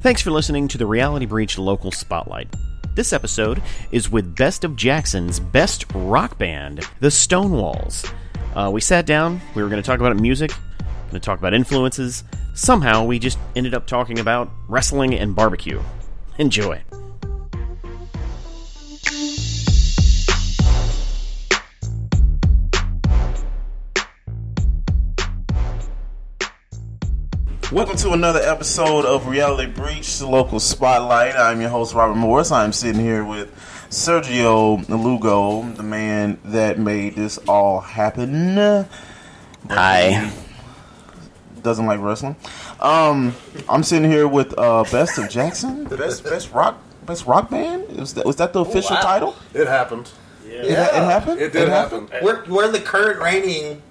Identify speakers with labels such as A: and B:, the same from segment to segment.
A: Thanks for listening to the Reality Breach Local Spotlight. This episode is with Best of Jackson's best rock band, the Stonewalls. Uh, we sat down, we were going to talk about music, going to talk about influences. Somehow we just ended up talking about wrestling and barbecue. Enjoy.
B: Welcome to another episode of Reality Breach, the local spotlight. I'm your host, Robert Morris. I'm sitting here with Sergio Lugo, the man that made this all happen. But
C: Hi.
B: he Doesn't like wrestling. Um, I'm sitting here with uh, Best of Jackson, the best best rock best rock band. Was that, was that the official
D: Oh, wow.
B: title?
D: It happened.
B: It, ha- it happened.
D: It did happen.
C: We're, we're the current reigning.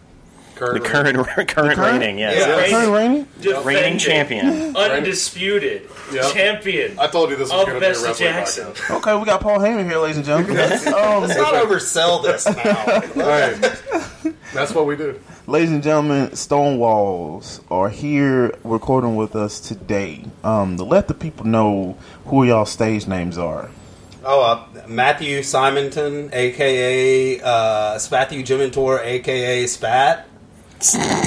A: The current, current, reigning, yes.
E: Yeah.
B: Current reigning?
A: Reigning
E: Defending
A: champion.
E: Undisputed
D: Yep.
E: champion.
D: I told you this was
E: Of
D: going to be a
E: Best of
D: wrestling
E: Jackson.
D: podcast.
B: Okay, we got Paul Heyman here, ladies and gentlemen. Um,
C: Let's not oversell this now.
D: Hey, that's what we do.
B: Ladies and gentlemen, Stonewalls are here recording with us today. Um, to let the people know who y'all stage names are.
C: oh, uh, Matthew Simonton, aka uh, Spatthew Jimentor, aka Spat.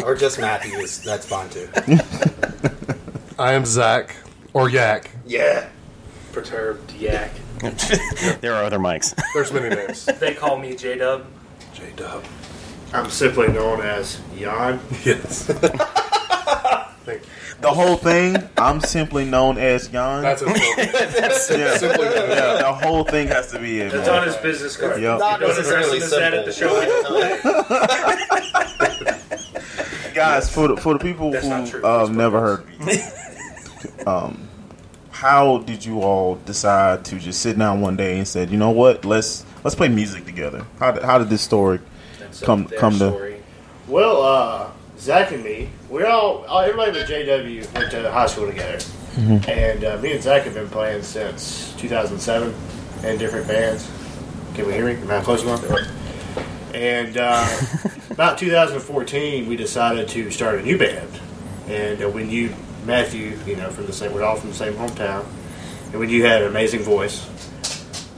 C: or just Matthew is that's fine too.
D: I am Zach or Yak.
C: Yeah.
E: Perturbed yak.
A: there are other mics.
D: There's many names.
E: They call me J Dub.
D: J Dub.
F: I'm simply known as Jan.
D: Yes. Thank you.
B: The whole thing, I'm simply known as Jan.
D: That's it.
B: yeah,
D: Simply known.
B: yeah, the whole thing has to be it.
E: It's
B: man.
E: on his business card.
B: Yep.
C: Not
E: You know, the
C: necessarily
E: person that said at the
C: simple.
B: Guys, for the, for the people
E: That's not true.
B: who uh, never heard of you, um, how did you all decide to just sit down one day and said, you know what, let's let's play music together? How did, how did this story?
E: That's
B: Come-
E: their
B: come to-
E: story.
F: Well, uh, Zach and me, we all, all everybody with JW went to high school together, and uh, me and Zach have been playing since 2007 in different bands. Can we hear me? Am I close enough? And uh, about 2014, we decided to start a new band, and uh, when you Matthew, you know, from the same, we're all from the same hometown, and when you had an amazing voice.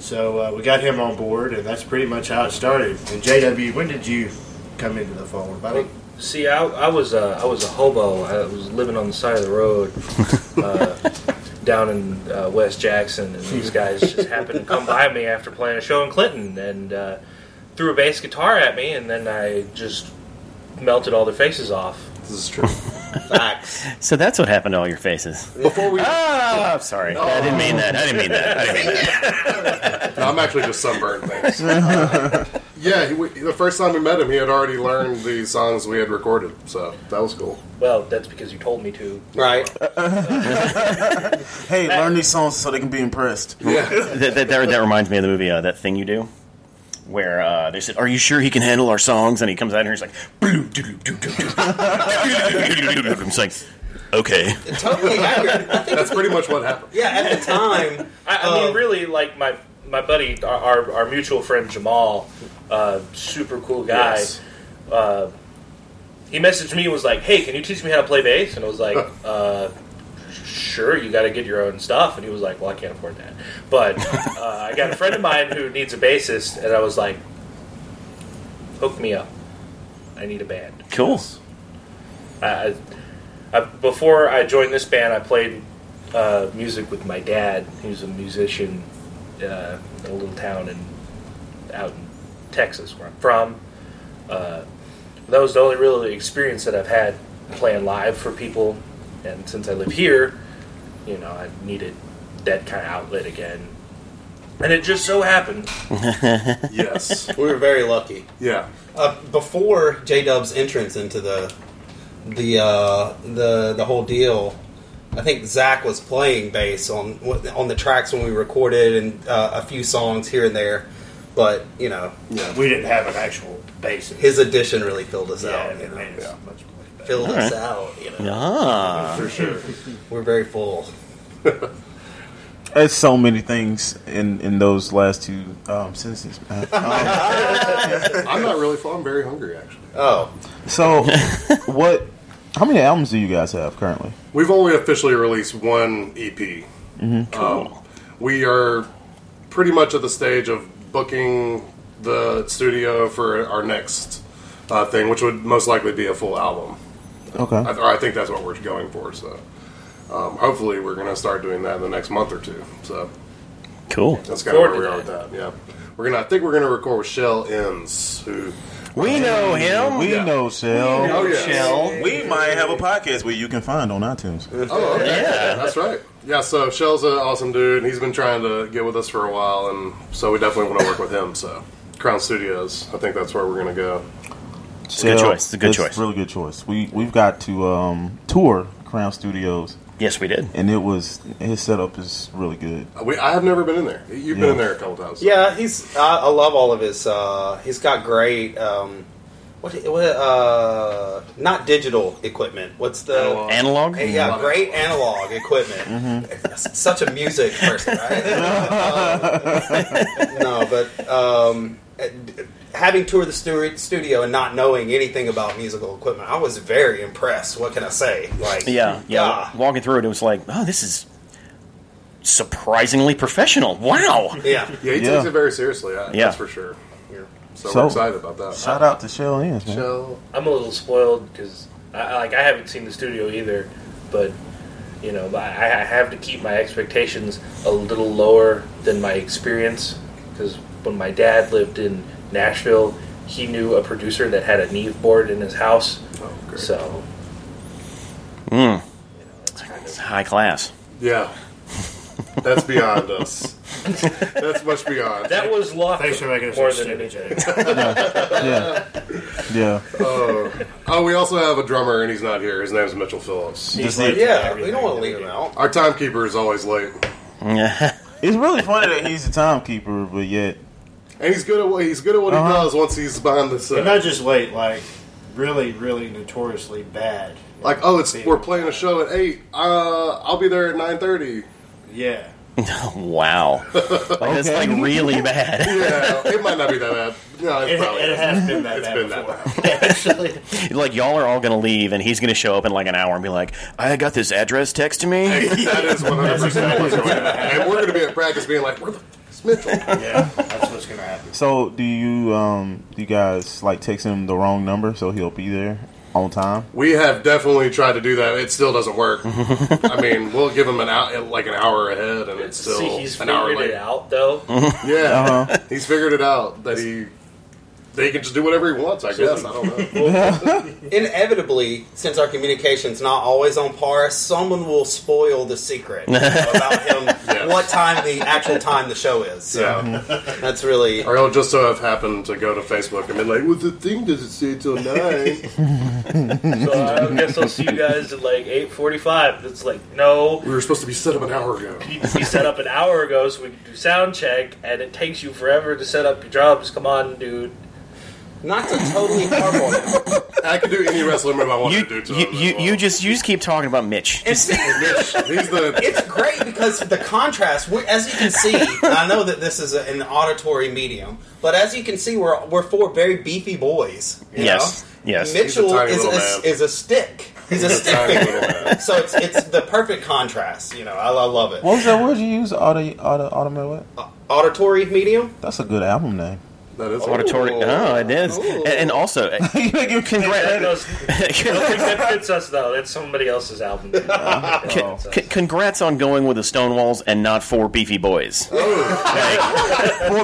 F: So uh, we got him on board, and that's pretty much how it started. And JW, when did you come into the fold? About a-
E: See, I, I was a, I was a hobo. I was living on the side of the road uh, down in uh, West Jackson, and these guys just happened to come by me after playing a show in Clinton and uh, threw a bass guitar at me, and then I just melted all their faces off.
D: This is true.
C: Facts.
A: So that's what happened to all your faces.
D: Before we, no,
A: Oh, I'm sorry. I didn't mean that. I didn't mean that. I didn't mean that.
D: I'm actually just sunburned. Thanks. yeah, he, we, the first time we met him, he had already learned the songs we had recorded, so that was cool.
E: Well, that's because you told me to.
C: Right.
B: Hey, learn these songs so they can be impressed.
D: Yeah.
A: that, that, that, that reminds me of the movie uh, that thing you do where uh, they said are you sure he can handle our songs and he comes out here and he's like "Blue, doo, doo, doo, doo, doo." it's like okay
C: Totally accurate. I think
D: That's pretty much what happened.
C: yeah, at the time
E: I, I
C: Uh,
E: mean, really, like my my buddy, our our, our mutual friend Jamal, uh, super cool guy.
D: Yes.
E: Uh, he messaged me and was like, "Hey, can you teach me how to play bass?" And I was like, uh, "Sure, you got to get your own stuff." And he was like, "Well, I can't afford that, but uh, I got a friend of mine who needs a bassist," and I was like, "Hook me up. I need a band."
A: cool
E: I, I, before I joined this band, I played uh, music with my dad, who's a musician uh, in a little town in out in Texas, where I'm from. Uh, that was the only real experience that I've had playing live for people, and since I live here, you know, I needed that kind of outlet again. And it just so happened,
D: Yes.
C: we were very lucky.
D: Yeah.
C: uh, before J Dub's entrance into the the uh, the the whole deal, I think Zach was playing bass on on the tracks when we recorded and uh, a few songs here and there, but you know
D: Yeah.
F: We didn't have an actual basis.
C: his addition really filled us
F: yeah,
C: out. You
F: it
C: know?
F: made us much more better.
C: Filled us out. You know,
A: ah
D: For sure.
C: we're very full.
B: There's so many things in, in those last two um, sentences. man. Um,
D: I'm not really full. I'm very hungry, actually.
C: Oh,
B: so, what How many albums do you guys have currently?
D: We've only officially released one EP. Um, we are pretty much at the stage of booking the studio for our next uh, thing, which would most likely be a full album.
B: Okay.
D: I, or I think that's what we're going for. So, um, hopefully, we're going to start doing that in the next month or two. So
A: Cool.
D: that's kind of where
E: Forward
D: we
E: to
D: are with that. Yeah, we're gonna. I think we're gonna record with Shell Ends, who
A: We know him.
B: We
D: Yeah.
B: know Shell.
D: oh yeah,
B: We might have a podcast where you can find on iTunes.
D: Oh, okay. yeah, that's right. Yeah, so Shell's an awesome dude. He's been trying to get with us for a while, and so we definitely want to work with him. So Crown Studios, I think that's where we're gonna go.
B: It's
A: a good choice. It's a good choice.
B: Really good choice. We we've got to um, tour Crown Studios,
A: Yes, we did.
B: and it was his setup is really good.
D: We, I have never been in there. You've
B: Yeah.
D: been in there a couple times.
C: Yeah, he's. I, I love all of his. Uh, he's got great. Um, what? What? Uh, not digital equipment. What's the?
D: Analog.
A: Analog.
C: Hey, yeah, great analog equipment. Such a music person, right? Um, no, but um, having toured the stu- studio and not knowing anything about musical equipment, I was very impressed. What can I say? Like,
A: Yeah, yeah.
C: God.
A: Walking through it, it was like, oh, this is surprisingly professional. Wow.
C: yeah.
D: yeah, he
B: Yeah.
D: takes it very seriously. I,
A: Yeah.
D: that's for sure.
C: yeah.
D: So,
B: So-
D: we're excited about that.
B: Shout out to Shell Ends, man.
D: Shell.
E: I'm a little spoiled because I, I- like I haven't seen the studio either, but you know I, I have to keep my expectations a little lower than my experience because when my dad lived in Nashville, he knew a producer that had a Neve board in his house,
D: Oh, great.
E: so
A: Mm,
E: you know, it's kind
A: it's
E: of
A: high class.
D: Yeah, that's beyond us. That's much beyond.
E: that was luck
F: Thanks for making us
E: more
F: more
E: than anything.
B: Yeah, yeah.
D: oh, we also have a drummer, and he's not here. His name's Mitchell Phillips.
B: Just
F: like-
B: it-
C: Yeah, we don't want to leave him out.
D: Our timekeeper is always late.
B: It's really funny that he's a timekeeper, but yet
D: And he's good at what he's good at what he
B: Uh-huh.
D: does once he's behind the set.
F: And not just late, like really, really notoriously bad.
D: like, oh, it's we're playing a show at eight. Uh, I'll be there at nine thirty.
F: Yeah.
A: wow. Like, That's
B: Okay.
A: like really bad.
D: Yeah, it might not be that bad. No, it's
F: It,
D: probably
F: it has been that
D: It's
F: bad
D: been that
F: before. Actually,
A: like y'all are all gonna leave, and he's gonna show up in like an hour and be like, "I got this address text to me."
D: that is one hundred percent what's going on. And we're gonna be at practice being like, where the f- is Mitchell?
F: yeah, that's what's gonna happen.
B: So do you um do you guys like text him the wrong number so he'll be there on time?
D: We have definitely tried to do that. It still doesn't work. I mean, we'll give him an hour, like an hour ahead, and it's still
E: See, he's
D: an hour
E: figured
D: late.
E: it out though.
D: Yeah,
B: Uh-huh.
D: he's figured it out that he they can just do whatever he wants. I guess I don't know.
C: Inevitably, since our communication's not always on par, someone will spoil the secret about him, what time the actual time the show is. So
D: Yeah.
C: that's really
D: Or it'll just so have happened to go to Facebook and be like, well, the thing doesn't say till nine.
E: So I guess I'll see you guys at like eight forty-five. It's like no.
D: we were supposed to be set up an hour ago.
E: needs to be set up an hour ago so we can do sound check, and it takes you forever to set up your drums. Come on, dude.
C: not to totally harp on it.
D: I could do any wrestling move I want
A: You,
D: to do to
A: you,
D: him as
A: you,
D: well.
A: you just you just keep talking about Mitch.
C: And see,
D: He's the.
C: it's great because the contrast, we as you can see, I know that this is a, an auditory medium, but as you can see, we're, we're four very beefy boys. you
A: Yes,
C: know?
A: yes.
C: Mitchell
D: He's a tiny
C: is,
D: little
C: a,
D: man.
C: is a stick. He's a stick
D: tiny
C: figure.
D: little man.
C: So it's, it's the perfect contrast, you know. I, I love it.
B: What was that word you used? Auto auto automatic what?
E: Uh,
C: Auditory medium?
B: That's a good album name.
D: That is
A: Auditory. Oh, it is. And, and also, uh,
E: That,
A: congrats.
E: does, I don't think that fits us though. That's somebody else's album. That fits us.
A: C- congrats on going with the Stonewalls and not four beefy boys.
B: Four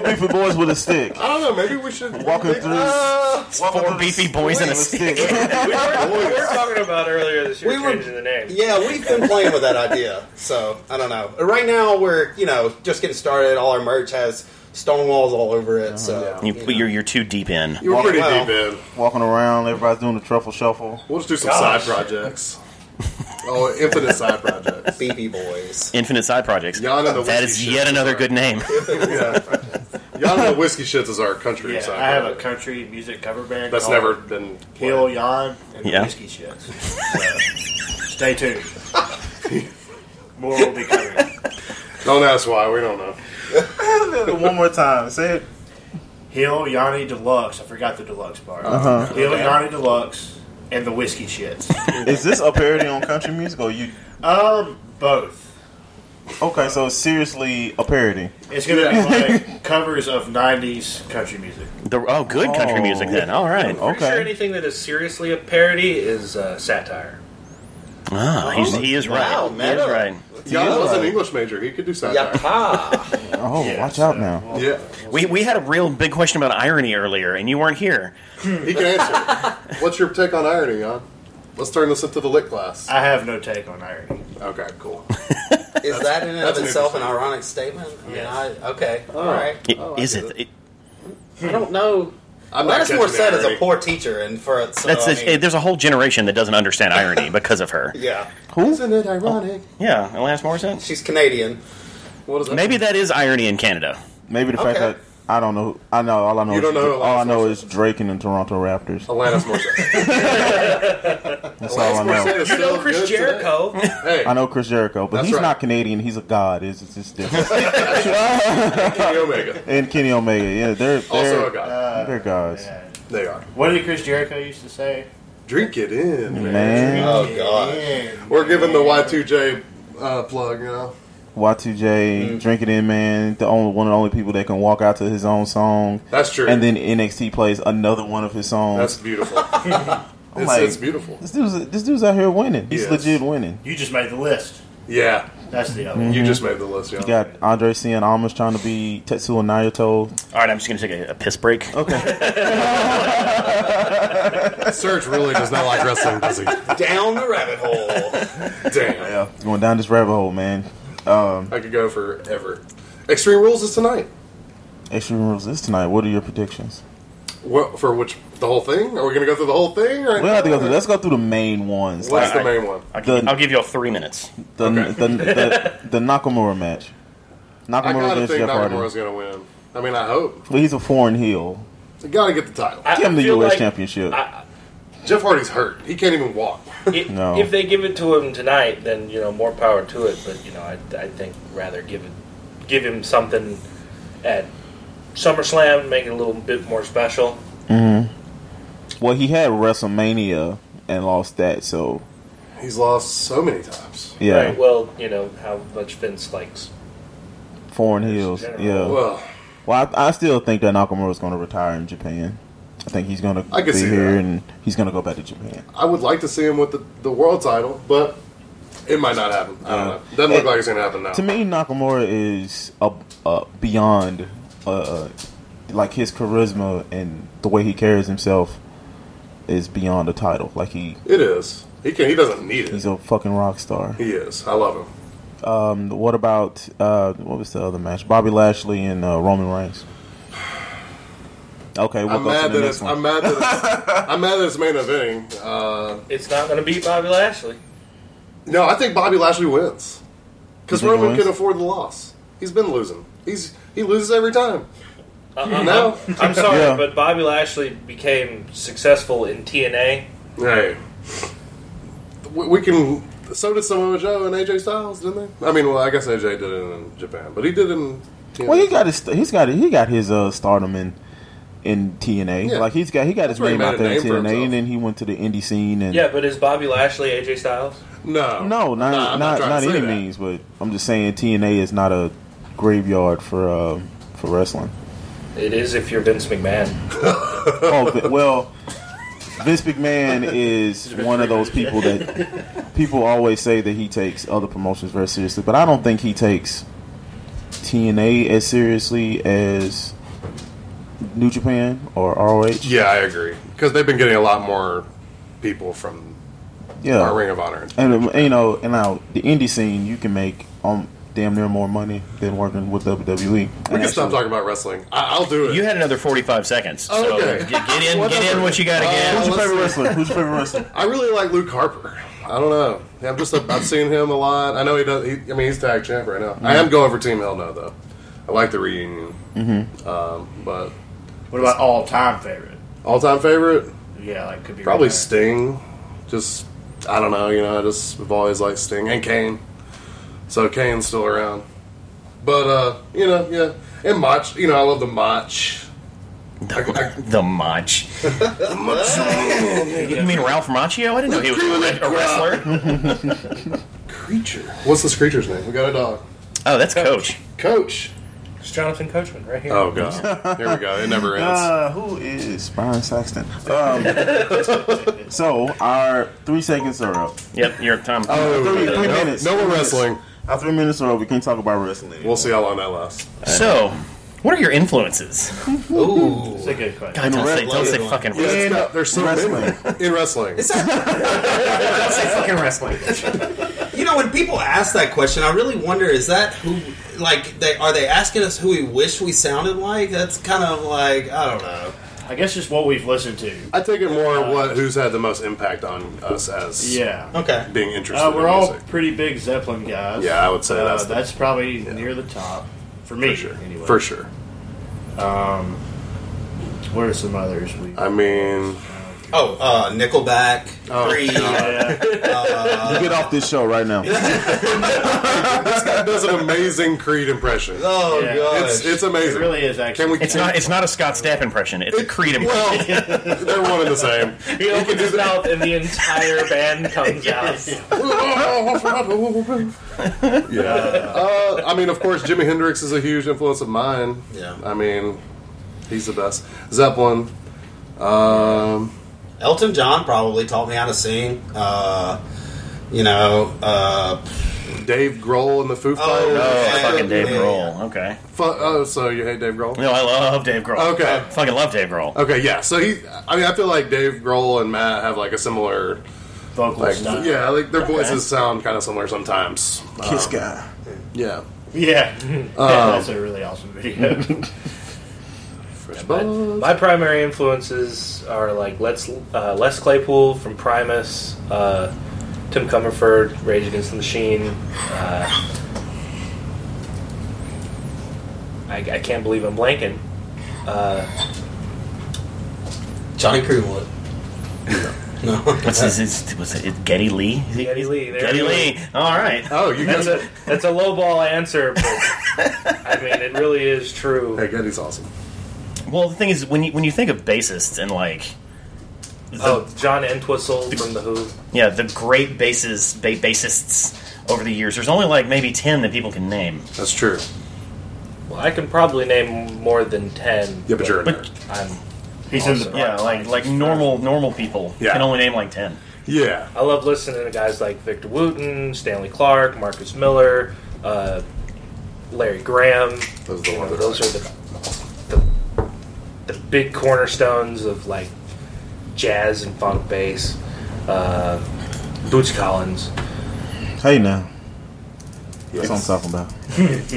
B: beefy boys with a stick. Uh,
D: I don't know. Maybe we should
B: Walking through walking
A: Four
B: through the
A: beefy boys and a
B: streets
A: stick.
B: with stick.
E: we, were, we were talking about earlier this year
C: We were-
E: changing the name.
C: Yeah, we've been playing with that idea. So I don't know. Right now, we're you know just getting started. All our merch has stonewalls all over
D: Uh-huh.
C: it. So
A: You, but you're you're too deep in.
D: You were pretty
C: Well-
D: deep in.
B: Walking around, everybody's doing the truffle shuffle.
D: We'll just do some
E: Gosh.
D: side projects. Oh, infinite side projects.
C: beefy boys.
A: Infinite Side Projects.
D: Yon and the
A: That
D: Whiskey
A: is
D: Shits
A: yet another
D: our-
A: good name.
D: Yon and the Whiskey Shits is our country
F: Yeah,
D: side
F: I have a Oh.
D: project.
F: country music cover band.
D: That's
F: called
D: never been.
F: Hill Yon and
A: Yeah.
F: the Whiskey Shits. So, stay tuned. More will be coming.
D: Don't ask why. We don't know.
B: One more time. Say it.
F: Uh-huh. Hill Yanni Deluxe. I forgot the deluxe part. Hill Yanni Deluxe and the whiskey shits.
B: Is this a parody on country music or you?
F: um, both.
B: Okay, so seriously, a parody.
F: It's gonna be like covers of '90s country music.
A: The, oh, good country
B: Oh.
A: music then. All right.
B: Oh.
E: Pretty sure
B: Okay.
E: anything that is seriously a parody is uh, satire.
A: Ah, he's, he is right.
C: Wow,
A: he is
C: meta.
A: right.
D: Jan was an
B: Yeah.
D: English major. He could do satire.
C: Yapa.
B: Oh,
F: Yeah,
B: watch
F: so-
B: out now.
D: Yeah,
A: We, we had a real big question about irony earlier, and you weren't here.
D: he can answer. What's your take on irony, Jan? Let's turn this into the lit class.
F: I have no take on irony.
D: Okay, cool.
C: Is that in and of
D: That's an
C: itself an
D: interesting-
C: ironic statement? I mean,
F: Yes.
C: I, okay, all right.
A: It-
D: Oh, I
A: is
D: get
A: it? it-
C: I don't know.
D: I'm not
C: Gladys
D: catching
C: Morissette is a
D: irony.
C: poor teacher, and for it, so
A: that's
C: Oh, I
A: a-
C: mean,
A: there's a whole generation that doesn't understand irony because of her.
C: yeah,
D: Isn't it ironic?
A: Yeah, Alanis Morissette.
C: she's Canadian.
D: What is that?
A: Maybe that is irony in Canada.
B: Maybe the fact
C: Okay.
B: that I don't know. I know all I know.
D: You
B: is,
D: don't know who Oh,
B: all I
D: Alanis
B: know is Drake and the Toronto Raptors.
D: Alanis Morissette.
B: That's all Oh, I know.
D: Morissette is
E: You
D: still
E: know Chris
D: good today.
E: Jericho.
D: Hey,
B: I know Chris Jericho, but
D: That's
B: he's
D: right.
B: not Canadian. He's a god. Is it's just different.
D: Kenny Omega.
B: and Kenny Omega, yeah, they're they're,
D: Also a guy.
B: they're gods,
F: Yeah.
D: They are.
F: What did Chris Jericho used to say?
D: Drink it in, man.
B: man.
C: Oh God,
F: Man,
D: We're giving the Y2J uh, plug, you know.
B: Y2J,
D: Mm-hmm.
B: Drink It In Man, the only one of the only people that can walk out to his own song.
D: That's true.
B: And then NXT plays another one of his songs.
D: That's beautiful. it's,
B: like-
D: it's beautiful.
B: this dude's this dude's out here winning. He's
D: Yes.
B: legit winning.
F: you just made the list.
D: Yeah,
F: That's the other. one.
B: mm-hmm.
D: you just made the list, y'all.
B: You got Andre Cien almost trying to be Tetsuo Naoto.
A: All right, I'm just going to take a, a piss break.
D: Serge really does not like wrestling, does he?
C: down the rabbit hole.
D: Damn.
B: He's going down this rabbit hole, man. Um,
D: I could go forever. Extreme Rules is tonight.
B: Extreme Rules is tonight. What are your predictions?
D: What for? Which the whole thing? Are we going to go through the whole thing? Or
B: We don't have to go through. Let's go through the main ones.
D: What's
B: Like
D: the main one?
A: I'll, give,
B: The-
A: I'll give you all three minutes.
B: the, the, the, the Nakamura match.
D: I
B: Nakamura
D: gotta
B: against
D: think
B: Jeff
D: Nakamura's
B: Hardy.
D: going to win. I mean, I hope.
B: But he's a foreign heel.
D: You gotta get the title.
E: I-
B: Give him
E: I
B: the
E: feel
B: U.S.
E: like
B: Championship.
E: I-
D: Jeff Hardy's hurt. He can't even walk.
E: If,
B: No.
E: if they give it to him tonight, then you know more power to it. But you know, I, I think rather give it, give him something at SummerSlam, make it a little bit more special.
B: Well, he had WrestleMania and lost that, so
D: He's lost so many times.
B: yeah,
E: Right? Well, you know how much Vince likes.
B: foreign heels.
E: general.
B: Yeah. Well,
D: Well,
B: I, I still think that Nakamura is going to retire in Japan. I think he's going to
D: I
B: be
D: could see
B: here
D: that.
B: and he's going to go back to Japan.
D: I would like to see him with the, the world title, but it might not happen. I don't know. Doesn't look
B: Yeah.
D: like it's gonna happen now.
B: To me, Nakamura is a, a beyond, uh, like his charisma and the way he carries himself is beyond a title. Like he
D: it is. He can. He doesn't need it.
B: he's a fucking rock star.
D: he is. I love him.
B: Um, what about uh, what was the other match? Bobby Lashley and uh, Roman Reigns. Okay, we'll
D: I'm
B: go to
D: mad,
B: the
D: that
B: next
D: it's,
B: one.
D: I'm mad that it's. I'm mad that it's main eventing. Uh,
E: It's not going to beat Bobby Lashley.
D: no, I think Bobby Lashley wins because
B: You think he
D: Roman can
B: wins?
D: afford the loss. He's been losing. He's he loses every time.
E: Uh, I'm,
D: No.
E: I'm sorry,
B: Yeah.
E: but Bobby Lashley became successful in TNA.
D: Hey, we, we can. So did Samoa Joe and AJ Styles, didn't they? I mean, well, I guess AJ did it in Japan, but he did it in. TNA.
B: Well, he got his he's got he got his uh, stardom in in TNA.
D: Yeah.
B: Like he's got he got
D: That's
B: his
D: where he
B: name out
D: made a
B: there in
D: name for
B: TNA,
D: himself.
B: and then he went to the indie scene. And
E: Yeah, but is Bobby Lashley AJ Styles?
D: no,
B: no, not
D: Nah, I'm
B: not
D: trying
B: not,
D: to say
B: any
D: that.
B: means. But I'm just saying TNA is not a graveyard for uh, for wrestling.
E: It is if you're Vince McMahon.
B: Oh but- well, Vince McMahon is one of those people that people always say that he takes other promotions very seriously, but I don't think he takes TNA as seriously as New Japan or ROH.
D: Yeah, I agree because they've been getting a lot more people from our
B: Yeah,
D: Ring of Honor.
B: and um, you know, and now the indie scene, you can make um damn near more money than working with E. WWE.
D: We can stop talking about wrestling. I- I'll do it.
A: You had another 45 seconds. So
D: Okay. Uh,
A: get, get in, get in
D: Whatever.
A: what you got to get.
B: Who's your favorite wrestler? Who's your favorite wrestler?
D: I really like Luke Harper. I don't know. I'm just i I've seen him a lot. I know he does. He, I mean, he's tag champ right now. I am going for Team Hell No though. I like the reunion, um, but
F: What about all time favorite?
D: all time favorite
F: Yeah, like could be
D: probably
F: right there.
D: Sting. Just I don't know. You know, I just have always liked Sting and Kane. So Kane's still around, but uh, you know, yeah, and Mach. You know, I love the Mach
A: The, the Mach. you mean Ralph Macchio? I didn't know he was a, a wrestler.
D: Creature. What's this creature's name? We got a dog.
A: Oh, that's Coach.
D: Coach.
E: It's Jonathan Coachman right here.
D: Oh god. Here we go. It never ends.
B: Uh, who is Brian Saxton? Um, so our three seconds are up.
A: Yep, you're Tom.
B: Three, three
D: no,
B: minutes.
D: no
B: three
D: more
B: minutes.
D: wrestling.
B: Our three minutes are up. We can't talk about wrestling.
D: We'll see how long that lasts.
A: So, what are your influences?
C: Ooh.
F: It's a good question.
A: God, don't say, don't say
C: one.
A: fucking
D: Yeah,
A: wrestling.
D: it's not- there's so many
B: Wrestling.
D: in wrestling.
A: Don't say fucking wrestling.
C: You know, when people ask that question, I really wonder: is that who? Like, they are they asking us who we wish we sounded like? That's kind of like I don't know.
F: I guess just what we've listened to.
D: I take it more what who's had the most impact on us as
F: Yeah.
C: Okay.
D: being interested.
F: Uh, we're
D: in
F: all
D: music.
F: pretty big Zeppelin guys.
D: Yeah, I would say
F: Uh,
D: that's
F: that's,
D: the-
F: probably near the top for me.
D: for sure.
F: Anyway,
D: For sure.
F: What are some others? We,
D: I mean,
C: Oh, uh, Nickelback,
D: Oh,
C: Creed.
F: yeah.
B: You get off this show right now.
D: this guy does an amazing Creed impression.
C: Oh
F: Yeah.
C: gosh.
D: It's it's
F: it
D: amazing.
F: really is actually.
D: Can we?
A: It's not. It's not a Scott Stapp impression. It's a Creed impression.
D: Well, they're one and the same.
E: He opens his mouth and the entire band comes out.
D: yeah. Uh, I mean, of course, Jimi Hendrix is a huge influence of mine.
C: Yeah.
D: I mean, he's the best. Zeppelin. Um,
C: Elton John probably taught me how to sing. Uh, you know, uh,
D: Dave Grohl and the Foo Fighters.
C: yeah.
A: oh, fucking Dave
C: Yeah.
A: Grohl. Okay.
D: Fu- oh, so you hate Dave Grohl?
A: No, I love Dave Grohl.
D: Okay.
A: Fucking love Dave Grohl.
D: Okay, yeah. So he, I mean, I feel like Dave Grohl and Matt have like a similar,
F: vocal
D: like,
F: style.
D: yeah, like their voices sound kind of similar sometimes. Uh,
B: Kiss guy.
D: Yeah.
F: Yeah.
D: Um,
F: Yeah, that's a really awesome video.
D: Fresh
E: But
D: Buds.
E: my primary influences are like Let's uh, Les Claypool from Primus, uh, Tim Comerford, Rage Against the Machine. Uh, I, I can't believe I'm blanking. Uh,
C: Johnny Greenwood. No.
A: What's his? his was it it's Getty Lee? Is he-
E: Getty Lee. There
A: Getty
E: you go.
A: Lee. All right.
D: Oh, you
E: That's
D: guys.
E: a that's a lowball answer, but I mean it really is true.
D: Hey, Getty's awesome.
A: Well, the thing is, when you when you think of bassists and like, the,
E: Oh, John Entwistle from the Who.
A: yeah, the great basses ba- bassists over the years, there's only like maybe ten that people can name.
D: That's true.
E: Well, I can probably name more than ten.
D: Yeah, but you're a
A: But-
D: nerd.
E: I'm.
F: He's in the
E: Awesome.
A: Yeah, like like normal normal people
D: Yeah.
A: can only name like ten.
D: Yeah.
E: I love listening to guys like Victor Wooten, Stanley Clark, Marcus Miller, uh, Larry Graham.
D: Those are the
E: You know,
D: ones that I
E: those are the, the the big cornerstones of like jazz and funk bass. Uh, Boots Collins.
B: Hey now. That's
D: Yes.
B: what I'm talking about.
C: Do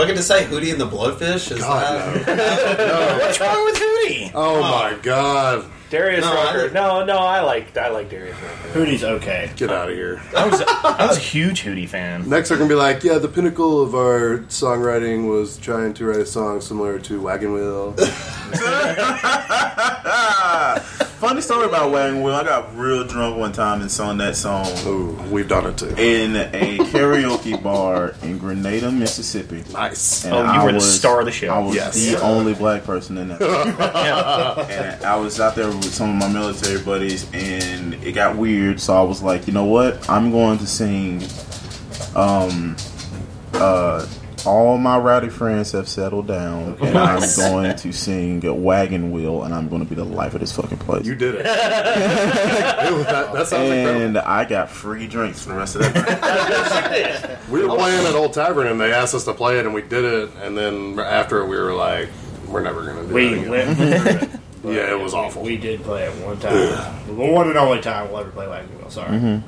C: I get to say Hootie and the Blowfish? Is
D: God,
C: that?
A: What's wrong with Hootie?
D: Oh my god.
E: Darius
C: No, I
E: Rucker.
C: like-
E: No, no, I like I like Darius Rucker.
F: Hootie's okay.
D: Get out of here.
A: I was I was a huge Hootie fan.
D: Next, they're gonna be like, yeah, the pinnacle of our songwriting was trying to write a song similar to Wagon Wheel.
B: Ah, Funny story about Wagon Wheel. I got real drunk one time and sung that song
D: Ooh, we've done it too.
B: in a karaoke bar in Grenada, Mississippi.
D: Nice.
B: And
A: Oh, you
B: I
A: were the star of the show.
B: I was
D: Yes.
B: the only black person in that.
A: Yeah.
B: and I was out there with some of my military buddies, and it got weird. So I was like, you know what? I'm going to sing. Um, uh, all my rowdy friends have settled down, and I'm going to sing "Wagon Wheel," and I'm going to be the life of this fucking place.
D: You did it. Ew, that, that sounds incredible.
B: and I got free drinks for the rest of that. night.
D: We were playing at Old Tavern and they asked us to play it and we did it. And then after it, we were like, we're never going to do
F: We
D: it.
F: went through it. but
D: Yeah, it was
F: we-
D: awful.
F: We did play it one time. the one and only time we'll ever play Wagon Wheel. Sorry.
D: Mm-hmm.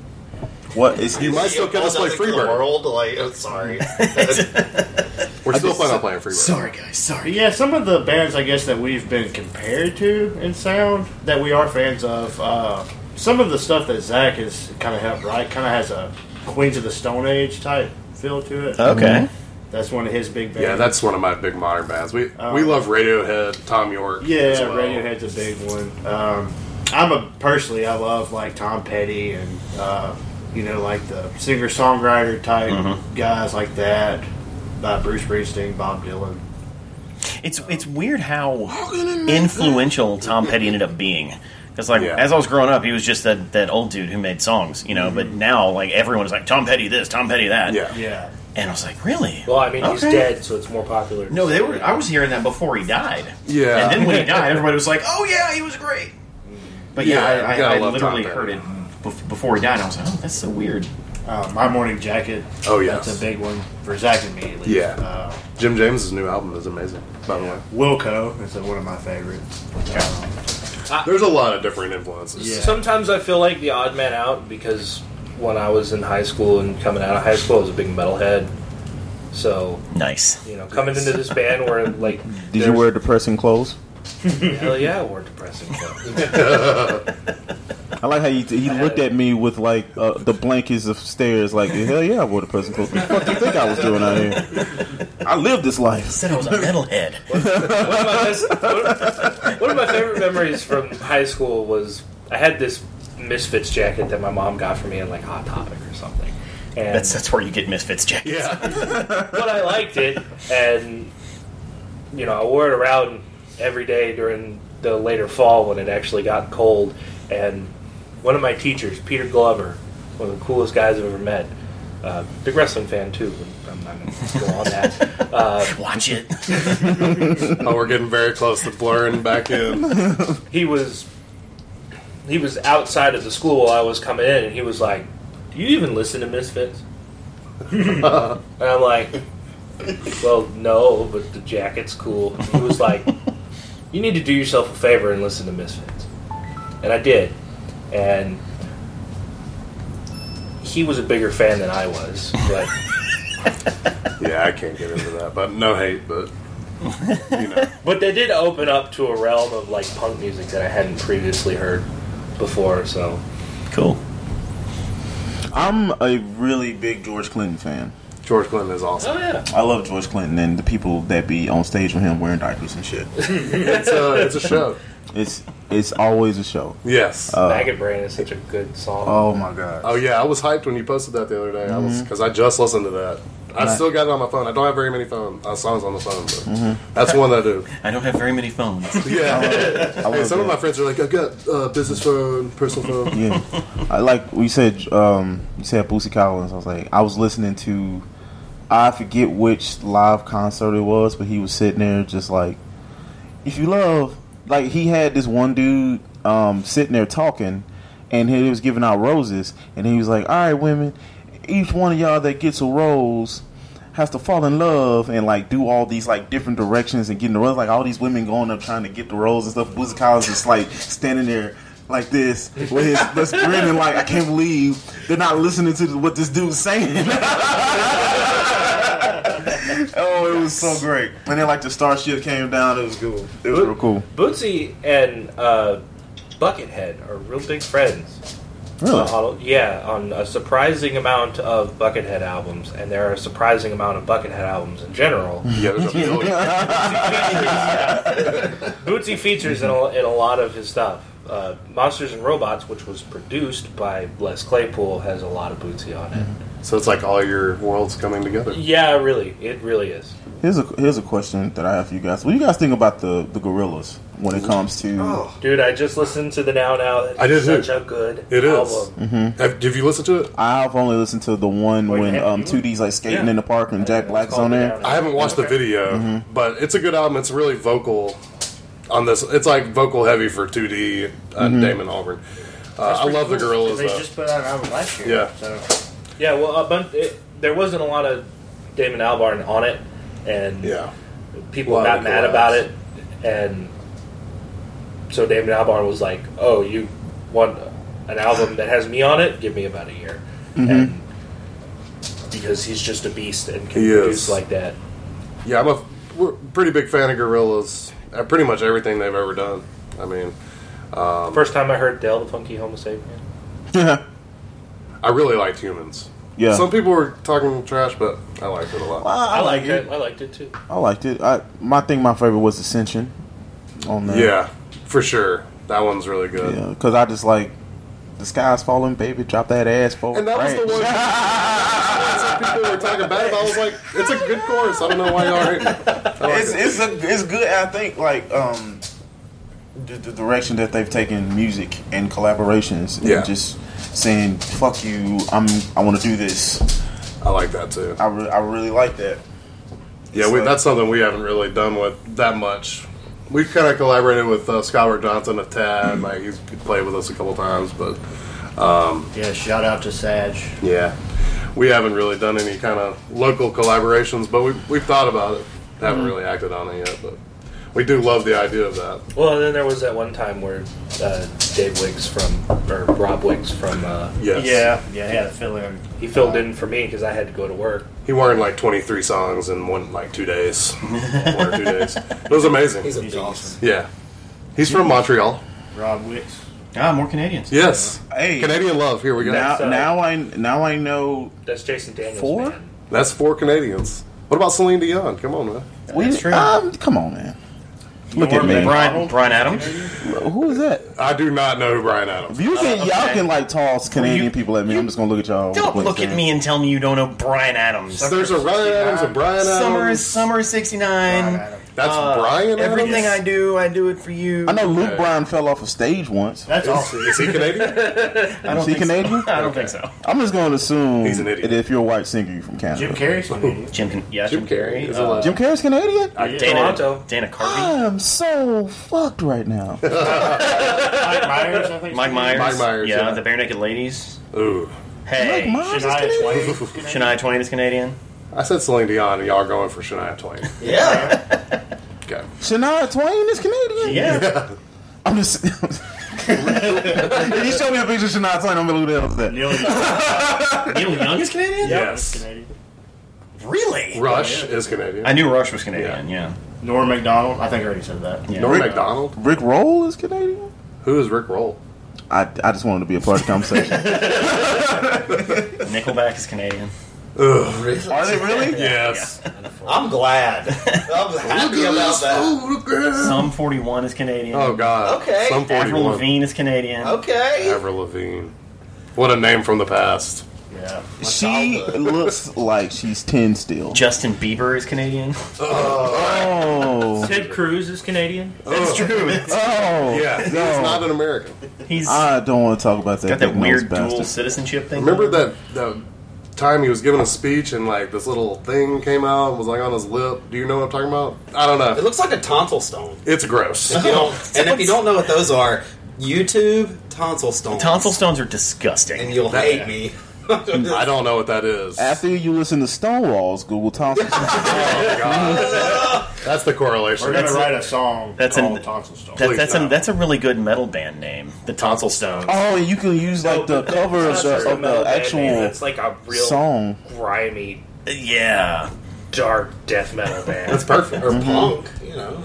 B: what is
D: You might still get us play Freebird.
C: World, like, oh, sorry.
D: We're still planning on playing Freebird.
A: guys. Sorry.
F: But yeah, some of the bands I guess that we've been compared to in sound that we are fans of. Uh, some of the stuff that Zach has kind of helped write kind of has a Queens of the Stone Age type feel to it.
A: Okay.
F: That's one of his big bands.
D: Yeah, that's one of my big modern bands. We
F: Oh.
D: we love Radiohead, Tom York.
F: Yeah,
D: as well.
F: Radiohead's a big one. Um, I'm a personally, I love like Tom Petty and uh, you know like the singer
D: Mm-hmm.
F: songwriter type guys like that. By Bruce Springsteen, Bob Dylan.
A: It's it's weird how
B: Fucking amazing.
A: influential Tom Petty ended up being. Because like
D: Yeah.
A: as I was growing up, he was just that, that old dude who made songs, you know. But now like everyone's like Tom Petty this, Tom Petty that,
D: Mm-hmm. Yeah.
F: Yeah.
A: and I was like, really?
E: Well, I mean, he's
A: Okay.
E: dead, so it's more popular. to
A: No, they
E: say
A: were.
E: that.
A: I was hearing that before he died.
D: Yeah.
A: And then when he died, everybody was like, "Oh yeah, he was great." But yeah,
D: Yeah,
A: I,
D: you gotta
A: I, I
D: love
A: literally
D: Tom
A: heard
D: Petty.
A: it bef- before he died. and I was like, "Oh, that's so weird."
F: Uh, My Morning Jacket.
D: Oh, yes.
F: That's a big one for Zach and me, at least.
D: Yeah.
F: Uh,
D: Jim James's new album is amazing, by the way.
F: Wilco is one of my favorites. Um,
D: There's a lot of different influences.
F: Yeah.
E: Sometimes I feel like the odd man out because when I was in high school and coming out of high school, I was a big metalhead. So
A: Nice.
E: you know, coming into this band where like
B: Did you
E: there's-
B: wear depressing clothes?
E: Hell yeah, I wore depressing. clothes.
B: I like how he, he looked at me with like uh, the blankets of stares, like hell yeah, I wore the prison clothes. What the fuck do you think I was doing out here? I lived this life.
A: Said I was a metalhead.
E: one, of my best, one- one of my favorite memories from high school was I had this Misfits jacket that my mom got for me in like Hot Topic or something. And
A: That's that's where you get misfits jackets.
D: Yeah.
E: but I liked it, and you know, I wore it around every day during the later fall when it actually got cold. And one of my teachers, Peter Glover, one of the coolest guys I've ever met, uh, big wrestling fan too. I'm not going to go on that. Uh,
A: Watch it.
D: oh, we're getting very close to blurring back in.
E: he was he was outside of the school while I was coming in, and he was like, "Do you even listen to Misfits?" and I'm like, "Well, no, but the jacket's cool." And he was like, "You need to do yourself a favor and listen to Misfits," and I did, and he was a bigger fan than I was, but.
D: Yeah, I can't get into that, but no hate, but you know.
E: But they did open up to a realm of like punk music that I hadn't previously heard before, so
A: Cool.
B: I'm a really big George Clinton fan.
D: George Clinton is awesome.
E: yeah.
B: I love George Clinton and the people that be on stage with him wearing diapers and shit.
D: It's a, it's a show.
B: It's it's always a show.
D: Yes.
E: Maggot Brain is such a good song.
B: Oh my god.
D: Oh yeah, I was hyped when you posted that the other day. I was because I just listened to that. I still got it on my phone. I don't have very many phone uh, songs on the phone, but that's one that I do.
A: I don't have very many phones.
D: Yeah.
B: I
D: hey,
B: love
D: some of
B: that.
D: my friends are like, I've got uh, business phone, personal phone.
B: yeah. I like we said um you said Boosie Collins. I was like I was listening to I forget which live concert it was, but he was sitting there just like if you love like he had this one dude um sitting there talking and he was giving out roses and he was like, Alright women, each one of y'all that gets a rose has to fall in love and like do all these like different directions and getting the rose. Like all these women going up trying to get the rose and stuff. Boozy Collins is like standing there like this with his just grinning like I can't believe they're not listening to what this dude's saying. oh, it was so great. And then like the starship came down. It was cool. It was real cool.
E: Bootsy and uh, Buckethead are real big friends.
B: Really?
E: On- yeah, on a surprising amount of Buckethead albums, and there are a surprising amount of Buckethead albums in general.
D: Yeah, there's a million.
E: Bootsy features in a, in a lot of his stuff. Uh, Monsters and Robots, which was produced by Les Claypool, has a lot of Bootsy on it.
D: so it's like all your worlds coming together.
E: Yeah, really, it really is.
B: Here's a here's a question that I have for you guys. What do you guys think about the the gorillas when it comes to?
E: Dude, I just listened to the Now Now. That
D: I did too.
E: such a good
D: It is.
E: album.
D: Have, have you listened to it?
B: I've only listened to the one
E: Wait,
B: when
E: have
B: um,
E: you?
B: 2D's like skating
E: Yeah.
B: in the park and Jack Black's
E: Called
B: on
E: The uh,
B: there.
E: Now Now.
D: I haven't watched the video,
B: Mm-hmm.
D: but it's a good album. It's really vocal on this. It's like vocal heavy for 2D uh,
B: Mm-hmm.
D: Damon Auburn. Uh, I love the Gorillas.
F: They
D: though.
F: just put out an album last year.
D: uh, Yeah.
F: So
E: Yeah, well, a bunch, it, there wasn't a lot of Damon Albarn on it, and
D: yeah, A
E: people
D: lot
E: got
D: of
E: mad
D: collabs.
E: about it, and so Damon Albarn was like, "Oh, you want an album that has me on it? Give me about a year,"
D: Mm-hmm.
E: and because he's just a beast and can
D: He is.
E: produce like that.
D: yeah. I'm a we're a pretty big fan of Gorillas. Uh, pretty much everything they've ever done. I mean, Um,
E: First time I heard Dale the Funky Homo Sapien.
D: I really liked Humans.
B: Yeah.
D: Some people were talking trash, but I liked it a lot.
B: I, I like it.
E: I liked it too.
B: I liked it. I my thing my favorite was Ascension on there.
D: Yeah, for sure. That one's really good.
B: Yeah, cuz I just like the sky's falling, baby, drop that ass forward.
D: And that was the
B: Right.
D: one. people were talking bad about. I was like, it's a good course. I don't know why y'all. Are, I like
B: it's
D: it.
B: it's a, it's good. I think like um, the, the direction that they've taken music and collaborations. and
D: Yeah.
B: just saying fuck you. I'm I want to do this.
D: I like that too.
B: I, re- I really like that.
D: Yeah,
B: It's
D: we,
B: like-
D: that's something we haven't really done with that much. We've kind of collaborated with uh, Skyward Johnson a tad. Like he's played with us a couple times, but
F: Yeah, shout out to Sag.
D: yeah, we haven't really done any kind of local collaborations. But we we've thought about it. Haven't
B: Mm.
D: really acted on it yet, but we do love the idea of that.
E: Well, and then there was that one time where uh, Dave Wiggs from or Rob Wiggs from uh,
D: Yes.
F: Yeah, yeah, yeah. Fill in.
E: he filled in for me because I had to go to work.
D: He learned like 23 songs in one like two days, one or two days. It was amazing.
C: He's a
F: He's
C: beast.
F: awesome.
D: yeah, he's from Montreal.
F: Rob Wicks.
A: Ah, more Canadians.
D: Yes,
B: Hey.
D: Canadian love. Here we go.
B: Now
E: so-
B: now I now I know.
E: That's Jason Daniels.
B: Four?
E: man.
D: That's four Canadians. What about Celine Dion? Come on, man.
B: We,
A: That's true.
B: Um, come on, man. Look at me.
A: Brian, Brian Adams.
B: Who is that?
D: I do not know who Brian Adams.
B: You can y'all
A: Uh, okay.
B: can like toss Canadian
A: You-
B: people at me. I'm just gonna look at y'all.
A: Don't look at me and tell me you don't know Brian Adams.
D: There's a Ryan Adams, a Brian Adams. Uh,
A: Summer is summer is '69.
D: That's Brian
A: Everything I
D: Adams.
A: do, I do it for you.
B: I know Luke
D: Okay.
B: Bryan fell off a stage once.
F: That's awesome.
D: Is he Canadian?
A: I don't
B: Is
A: think
B: he
A: so.
B: Canadian?
A: I don't think so.
B: I'm just going to assume
D: He's an idiot.
B: that if you're a white singer, you're from Canada.
F: Jim Carrey's an idiot.
A: Jim, Can- yeah,
D: Jim Carrey is
A: Uh,
D: alive.
B: Jim Carrey's Canadian.
F: Yeah.
A: Dana,
E: Toronto.
A: Dana Carvey.
B: I'm so fucked right now.
F: Mike Myers, I think.
A: Mike Myers.
D: Mike Myers,
A: Yeah,
D: yeah.
A: the Bare Naked Ladies.
D: Ooh,
A: Hey,
B: Mike Myers is
F: Shania
B: Canadian.
F: Twain.
A: Shania Twain is Canadian.
D: I said Celine Dion, and y'all are going for Shania Twain.
C: Yeah.
D: Okay.
B: Shania Twain is Canadian.
A: Yeah.
B: I'm just. you show me a picture of Shania Twain. I'm gonna look at that.
F: Neil Young.
A: Neil Young is Canadian?
D: Yes.
F: Canadian.
A: Really?
D: Rush is Canadian.
A: I knew Rush was Canadian, yeah.
F: Norm McDonald. I think I already said that.
A: Yeah.
D: Norm Macdonald.
B: Rick Roll is Canadian.
D: Who is Rick Roll?
B: I, I just wanted to be a part of the conversation.
A: Nickelback is Canadian.
D: Ugh.
C: Really?
B: Are they really?
D: Yes.
C: I'm glad. I'm happy about that.
A: Sum 41 is Canadian.
D: Oh God.
C: Okay.
D: Some
A: Avril
D: 41.
A: Lavigne is Canadian.
D: Oh.
C: Okay.
D: Avril Lavigne. What a name from the past.
F: Yeah.
B: She looks like she's ten still.
A: Justin Bieber is Canadian.
B: Oh,
G: Ted Cruz is Canadian.
D: That's
A: true.
B: oh,
D: Yeah, he's
B: No.
D: not an American.
A: He's
B: I don't want to talk about that.
A: got that
B: big-nosed
A: weird dual
B: bastard.
A: citizenship thing.
D: Remember
A: going on.
D: that that time he was giving a speech and like this little thing came out and was like on his lip. Do you know what I'm talking about? I don't
C: It
D: know.
C: looks like a tonsil stone.
D: It's gross.
C: If you don't, and if you don't know what those are, YouTube tonsil stones.
A: Tonsil stones are
C: And
A: disgusting.
C: you'll hate me.
D: I don't know what that is.
B: After you listen to Stonewalls, Google Thompson.
D: Oh, God. That's the correlation.
F: We're gonna
A: That's a-
F: write a song
A: that's
F: called
A: an-
F: Tonsil Stone.
A: That,
D: Please
A: that's,
D: no.
A: a, that's a really good metal band name. The Tonsil Stones.
B: oh, and you can use like the cover of the, of the actual
E: It's like a real
B: song.
E: grimy,
D: Oh.
A: Yeah.
E: dark death metal band.
D: That's perfect.
A: Mm-hmm.
D: Or punk.
C: Punk, you know.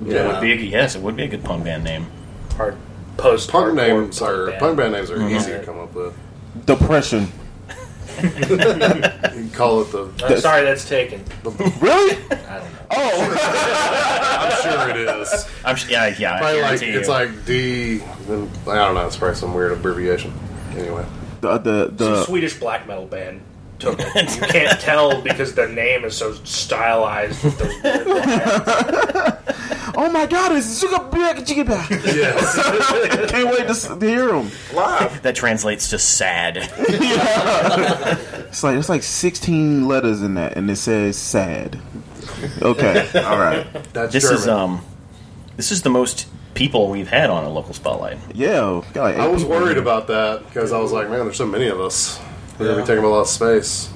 A: That
D: Yeah.
A: would be a, yes, it would be a good punk band name.
E: Hard post
D: Punk names are
E: band.
D: punk band names are
A: Mm-hmm.
D: easy to come up with.
B: Depression.
D: You can call it the.
E: I'm sorry, that's taken.
B: Really?
E: I don't know.
B: Oh,
D: I'm sure it is.
A: I'm sh- yeah, yeah. I
D: Probably like
A: guarantee you.
D: it's like D. then- I don't know. It's probably some weird abbreviation. Anyway,
B: the the,
E: It's a
B: the
E: Swedish black metal band. Took it. You can't tell because their name is so stylized. With those weird-
B: oh my god, it's Zuga Big Jigga Bag.
D: yes.
B: Can't wait to, s- to hear them live.
A: that translates to sad.
B: It's like it's like 16 letters in that, and it says sad. Okay, all right.
D: That's
A: This
D: German.
A: is um, this is the most people we've had on a local spotlight.
B: Yeah, got like eight
D: I was
B: people.
D: worried about that because I was like, man, there's so many of us. We're gonna be taking up a lot of space.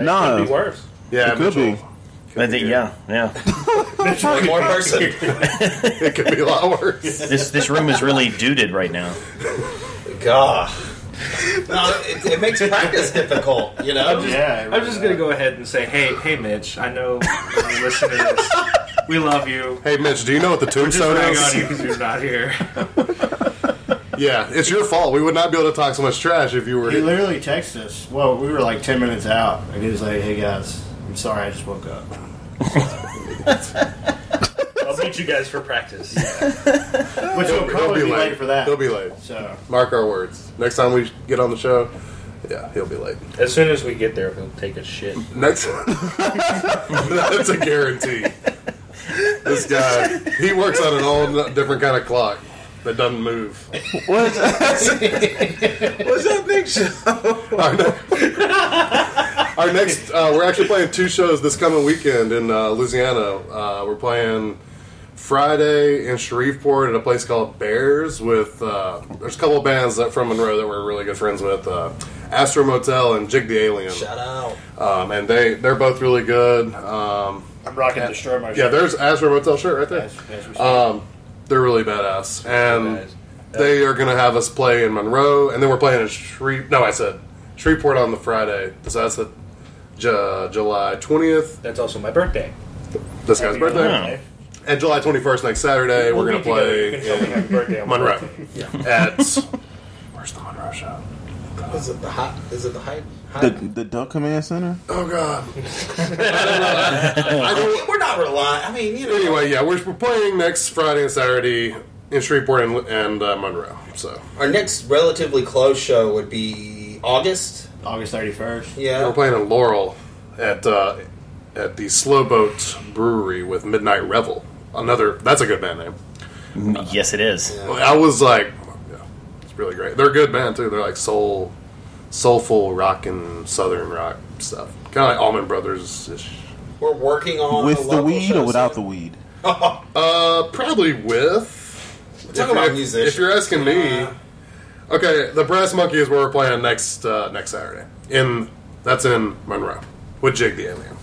B: Nah.
E: Could be worse.
D: Yeah,
B: It could be.
D: Mitchell,
A: But the- Uh, yeah, yeah.
C: One more person.
D: It could be a lot worse.
A: this this room is really duded right now.
C: God. No, it, it makes practice difficult, you know?
F: Yeah.
G: I'm just gonna go ahead and say, hey, hey, Mitch. I know you listen to this. We love you.
D: Hey, Mitch, do you know what the
G: Just
D: tombstone
G: rag
D: is?
G: on you because you're not here.
D: Yeah, it's your fault. We would not be able to talk so much trash if you were
F: He
D: here.
F: literally texted us. Well, we were like ten minutes out, and he was like, "Hey guys, I'm sorry, I just woke up."
G: I'll meet you guys for practice.
F: Which will
D: He'll
F: probably
D: be
F: be
D: late
F: late for that.
D: He'll be late.
F: So
D: Mark our words. Next time we get on the show, Yeah, he'll be late.
E: As soon as we get there, he'll take a shit.
D: Next That's a guarantee. This guy, he works on an all n- different kind of clock that doesn't move.
B: What's what's that big show?
D: Our, ne- our next, uh, we're actually playing two shows this coming weekend in uh, Louisiana. Uh, we're playing Friday in Shreveport at a place called Bears with, uh, there's a couple of bands that, from Monroe that we're really good friends with uh, Astro Motel and Jig the Alien.
C: Shout out.
D: Um, and they, they're both really good. Um,
F: I'm rocking Destroy My
D: Yeah, there's Azure Motel shirt right there.
F: As- as we speak.
D: Um, they're really badass, and
E: Guys.
D: they are gonna have us play in Monroe, and then we're playing in Shreve. No, I said Shreveport on the Friday. So that's the Ju- July twentieth.
E: That's also my birthday.
D: This guy's
F: Happy
D: birthday,
F: birthday.
D: and July twenty first next Saturday. We're
F: We'll
D: gonna
F: meet together. You
D: play
F: can tell me
D: in
F: happy birthday on my
D: Monroe.
F: birthday.
D: At where's the Monroe show?
C: Is it the hot? Is it the hype?
B: The the Duck Command Center.
D: Oh God! I don't know. I don't-
C: We're not relying. I mean, you know.
D: Anyway, yeah, we're, we're playing next Friday and Saturday in Shreveport and, and uh, Monroe. So
C: Our next relatively close show would be August.
F: August 31st.
C: Yeah.
D: we're playing in Laurel at uh, at the Slowboat Brewery with Midnight Revel. Another that's a good band name.
A: Mm, yes, it is.
D: I was like, yeah, it's really great. They're a good band too. They're like soul, soulful rock and southern rock stuff. Kind of like Almond Brothers ish.
C: We're working on a
B: With the
C: local
B: weed
C: show
B: or without the
C: soon.
B: weed?
D: Uh, probably with.
C: talking
D: If
C: about
D: you're-
C: musicians.
D: If you're asking me, okay, the Brass Monkey is where we're playing next uh, next Saturday. In that's in Monroe with Jig the Alien.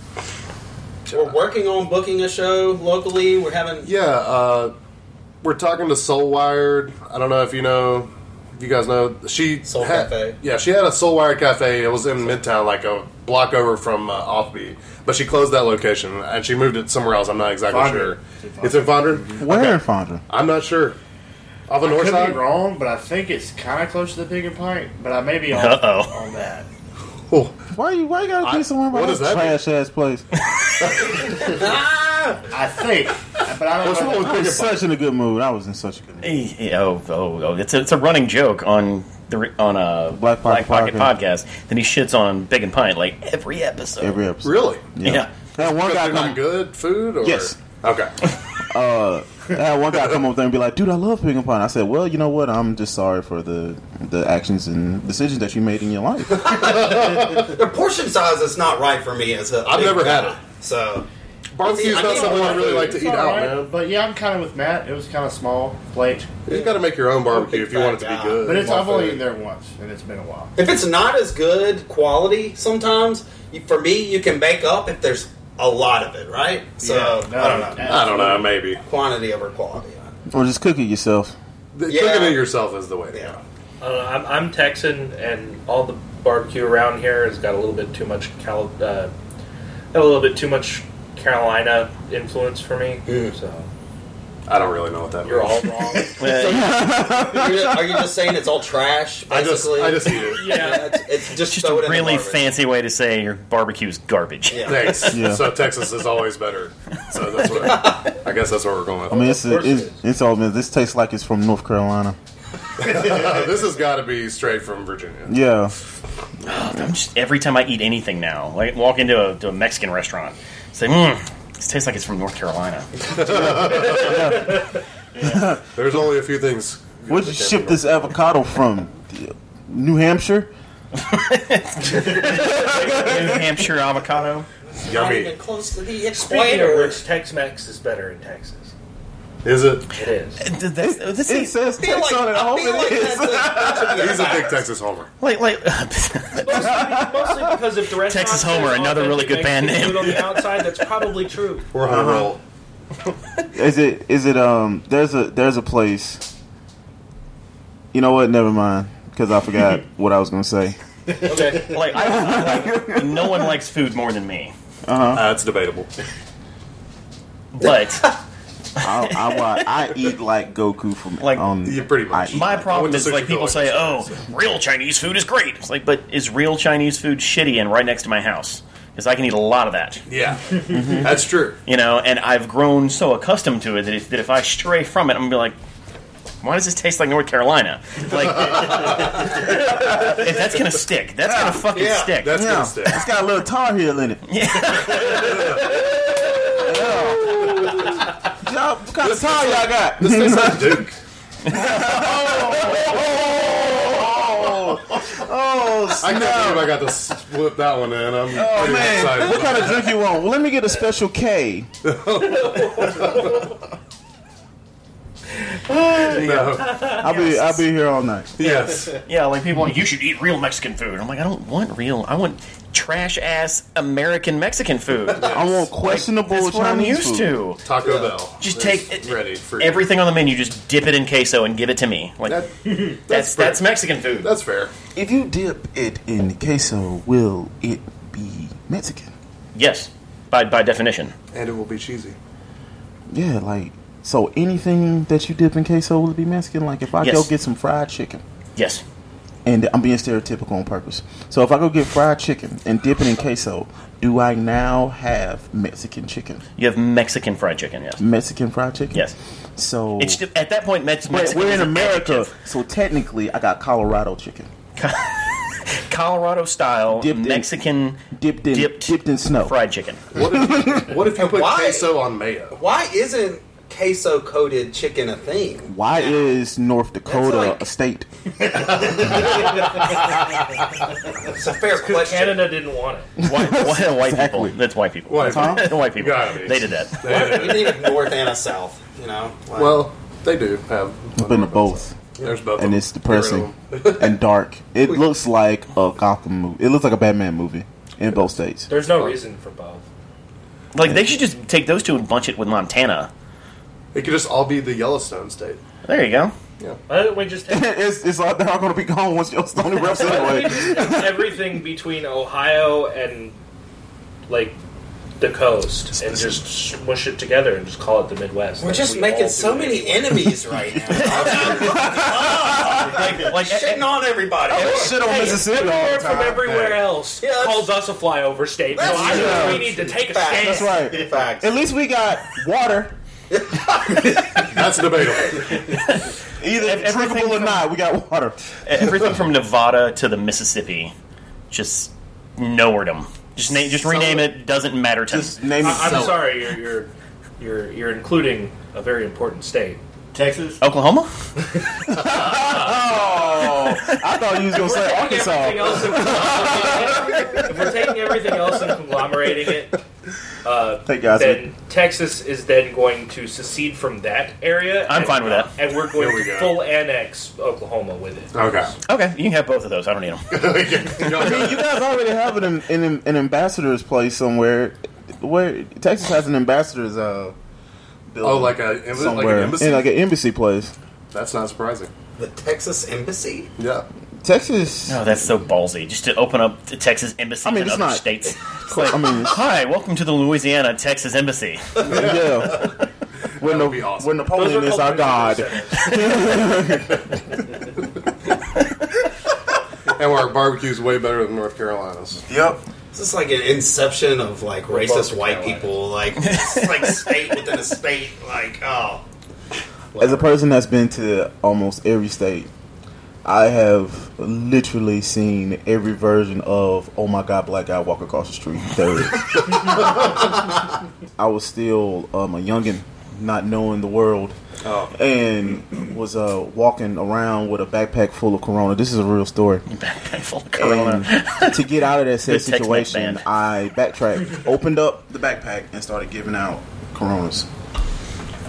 C: We're working on booking a show locally. We're having.
D: Yeah, uh, we're talking to Soul Wired. I don't know if you know, if you guys know. She
C: Soul
D: had-
C: Cafe.
D: Yeah, she had a Soul Wired cafe. It was in Midtown, like a block over from uh, Offbeat. But she closed that location and she moved it somewhere else. I'm not exactly
F: Fondren.
D: sure.
F: It's in
D: It's in Fondren.
B: Where
D: Okay.
B: in Fondra?
D: I'm not sure. Off the north
F: Could be
D: side.
F: wrong, but I think it's kind of close to the bigger pint. But I may be on,
A: Uh-oh.
F: on that.
D: Oh,
B: Why you why you gotta
D: I-
B: be somewhere
D: what
B: about
D: does that
B: that trash ass place?
C: Ah!
F: I think, but I don't
D: What's
F: know.
D: wrong with
B: I
D: bigger
B: was such in a good mood. I was in such a good mood.
A: Eh, eh, Oh, oh, oh. It's a, it's a running joke on the re- on a
B: Black Pocket
A: podcast that he shits on Big and Pint like every episode.
B: Every episode.
D: Really?
A: yeah.
B: That one
D: Because
B: guy
D: they're not
B: come
D: good food? Or?
B: Yes.
D: Okay.
B: that one guy come up there and be like, "Dude, I love ping pong." I said, "Well, you know what? I'm just sorry for the the actions and decisions that you made in your life."
C: The portion size is not right for me as a.
D: I've
C: big
D: never had
C: guy. So
D: Barbecue's
C: I
D: not
C: think-
D: something I really like to
F: It's
D: eat out,
F: alright,
D: man.
F: But yeah, I'm kind of with Matt. It was kind of small plate,
D: You got to make your own barbecue if you want it to be good.
F: but it's
D: More
F: I've only
D: food.
F: eaten there once, and it's been a while.
C: if it's not as good quality, sometimes you- for me you can make up if there's a lot of it, right? So
F: Yeah, no,
C: I don't know.
D: I don't know, maybe.
C: Quantity over quality.
B: or just cook it yourself.
D: The-
C: Yeah.
D: Cooking it yourself is the way to
C: Yeah.
D: go.
E: I don't know, I'm, I'm Texan, and all the barbecue around here has got a little bit too much Cal, uh, a little bit too much Carolina influence for me.
C: Mm.
E: So
D: I don't really know what that
E: you're
D: means.
E: all wrong.
C: Are you, are you just saying it's all trash?
D: I just,
C: Basically,
D: I just eat it.
E: yeah,
C: it's, it's just,
A: Just
C: throw it
A: a
C: in the
A: really
C: garbage.
A: fancy way to say your barbecue is garbage.
C: Yeah.
D: Thanks.
B: Yeah.
D: So Texas is always better. So that's what I guess that's what we're going with.
B: I mean, it's
E: Of course
B: it's,
E: it is.
B: it's all man. This tastes like it's from North Carolina.
D: this has got to be straight from Virginia.
B: Yeah,
A: I'm just every time I eat anything now, like walk into a, to a Mexican restaurant, say, mm, this tastes like it's from North Carolina.
D: There's only a few things.
B: where'd you ship this avocado from? New Hampshire.
A: New Hampshire avocado.
C: Not
D: Yummy.
C: even close to the
E: Speaking of
C: equator.
E: which, Tex-Mex is better in Texas.
D: Is it?
E: It is.
A: Th- that's- this
B: It
A: is-
B: says
C: I feel
B: Texas
C: like,
B: on it. I
C: I
B: hope
C: feel like
B: it is.
C: that's a-
D: He's a big Texas homer.
A: like, like
E: Mostly because if the restaurant
A: Texas Homer,
E: says
A: another really
E: authentic
A: good band
E: Mexican
A: name.
E: food on the outside, that's probably true.
D: We're on a roll.
B: Is it is it um? There's a there's a place. You know what? Never mind, because I forgot what I was gonna say.
E: Okay,
A: like, I, like no one likes food more than me,
D: Uh, it's debatable.
A: but
B: I, I, wa- I eat like Goku from um,
A: Like,
B: on
D: Yeah, pretty much.
B: I eat
A: my
B: like-
A: problem
D: to
A: is like
D: Sushi
A: people
D: Joe's.
A: say, "Oh, real Chinese food is great." It's like, but is real Chinese food shitty and right next to my house? Because I can eat a lot of that.
D: Yeah,
B: Mm-hmm.
D: that's true.
A: you know, and I've grown so accustomed to it that if, that if I stray from it, I'm gonna be like, why does this taste like North Carolina? Like, if that's gonna stick, that's gonna fucking
C: Yeah.
A: stick.
D: That's
B: Yeah,
D: gonna stick.
B: it's got a little Tar Heel in it. Yeah. Y'all, what kind of tar y'all got?
D: This tastes like Duke.
B: Oh,
D: I can't
B: snap.
D: believe I got to slip that one in. I'm
B: Oh
D: pretty
B: man,
D: excited.
B: what kind of drink you want? Well, let me get a special K.
D: no.
B: I'll be I'll be here all night.
D: Yes.
A: Yeah, like people, are like, you should eat real Mexican food. I'm like, I don't want real. I want trash ass American Mexican food.
B: I want questionable
A: That's what I'm
B: Chinese
A: used
B: food.
A: to.
D: Taco Bell.
A: Just
D: It's
A: take it-
D: ready for
A: Everything on the menu, just dip it in queso and give it to me. Like
D: That,
A: that's
D: that's
A: that's,
D: fair.
A: Mexican food.
D: that's fair.
B: If you dip it in queso, will it be Mexican?
A: yes, by by definition.
D: And it will be cheesy.
B: Yeah, like so anything that you dip in queso will it be Mexican? Like if I
A: Yes.
B: go get some fried chicken
A: Yes,
B: and I'm being stereotypical on purpose. So if I go get fried chicken and dip it in queso, do I now have Mexican chicken?
A: you have Mexican fried chicken. Yes,
B: Mexican fried chicken?
A: yes.
B: So
A: It's just- at that point, Mex-
B: But
A: Mexican
B: we're
A: is
B: in
A: an
B: America,
A: adjective.
B: so technically I got Colorado chicken.
A: Colorado style
B: Dipped in-
A: Mexican
B: Dipped in
A: Dipped.
B: dipped, in snow.
A: fried chicken.
D: What if you, what if you put
C: Why?
D: queso on mayo?
C: Why isn't queso coated chicken a thing?
B: Why is North Dakota
C: like-
B: a state?
C: It's a fair
E: Because
C: question.
E: Canada didn't want it.
A: White, white, white
B: Exactly.
A: people. That's white people.
D: Why?
B: Huh?
A: white people.
D: Gotta be.
A: They did that.
D: They
C: You
D: do.
C: need a north and a south. You know. Like,
D: Well, they do have.
B: Been to both,
D: There's both.
B: and
D: of
B: it's
D: them. Get rid of
B: depressing
D: them.
B: and dark. It looks like a Gotham movie. It looks like a Batman movie in both states.
E: There's no reason for both.
A: Like they should just take those two and bunch it with Montana.
D: It could just all be the Yellowstone state.
A: There you go.
E: Why don't we just have
B: it's it's like they're all going to be gone once your Stony reps
E: why don't we
B: anyway.
E: just have everything between Ohio and like the coast, and just smush it together and just call it the Midwest?
C: we're
E: Like,
C: just
E: we all
C: making
E: do
C: so
E: it
C: many
E: anyway.
C: enemies right now.
A: Like, like
B: e-,
C: Shitting on everybody.
B: Shit on
E: Hey,
B: Mississippi all
E: everywhere
B: the
E: from
B: time.
E: everywhere else
C: Yeah, that's-
E: calls us a flyover state. No,
C: That's-
E: I think
B: Yeah.
E: we need to take a
C: Facts.
E: stand.
B: That's right.
C: Facts.
B: At least we got water,
D: That's debatable.
B: either
A: everything
B: drinkable or
A: from-
B: not. We got water.
A: everything from Nevada to the Mississippi, just nowheredom. Just na- just rename it. Doesn't matter to
B: Just name it.
E: I, I'm
B: so.
E: sorry, you're, you're you're you're including a very important state.
F: Texas.
A: Oklahoma.
B: Oh, I thought you was going to say
E: If we're taking everything
B: Arkansas.
E: else and conglomerating it- if we're taking everything else and conglomerating it,
B: Thank guys.
E: then Texas is then going to secede from that area.
A: I'm
E: and-
A: fine with that.
E: And we're going
D: There we
E: to
D: go.
E: full annex Oklahoma with it.
D: Okay.
A: Okay, you can have both of those. I don't need them.
B: you guys already have an an, an ambassador's place somewhere. Where Texas has an ambassador's uh, building
D: Oh, like a embassy. Like an
B: somewhere,
D: embassy.
B: Yeah, like an embassy place.
D: That's not surprising.
C: The Texas Embassy.
D: Yeah.
B: Texas.
A: No, Oh, that's so ballsy. Just to open up the Texas embassy
B: I mean,
A: in
B: it's
A: other
B: not-
A: states. It's like,
B: I mean,
A: hi, welcome to the Louisiana Texas Embassy.
B: yeah. When,
D: would
B: Na-
D: be awesome.
B: when Napoleon is our god,
D: And our barbecue's way better than North Carolina's.
B: yep.
C: This is like an inception of like racist
E: both
C: white
E: Carolina.
C: people, like it's like state within a state, like oh.
B: As a person that's been to almost every state, I have literally seen every version of "Oh my God, black guy walk across the street." Third, I was still um, a youngin, not knowing the world,
D: Oh.
B: and was uh, walking around with a backpack full of Corona. This is a real story.
A: Full of
B: And
A: Corona.
B: to get out of that
A: The
B: said
A: Tex-Mex
B: situation,
A: band.
B: I backtracked, opened up the backpack, and started giving out Coronas.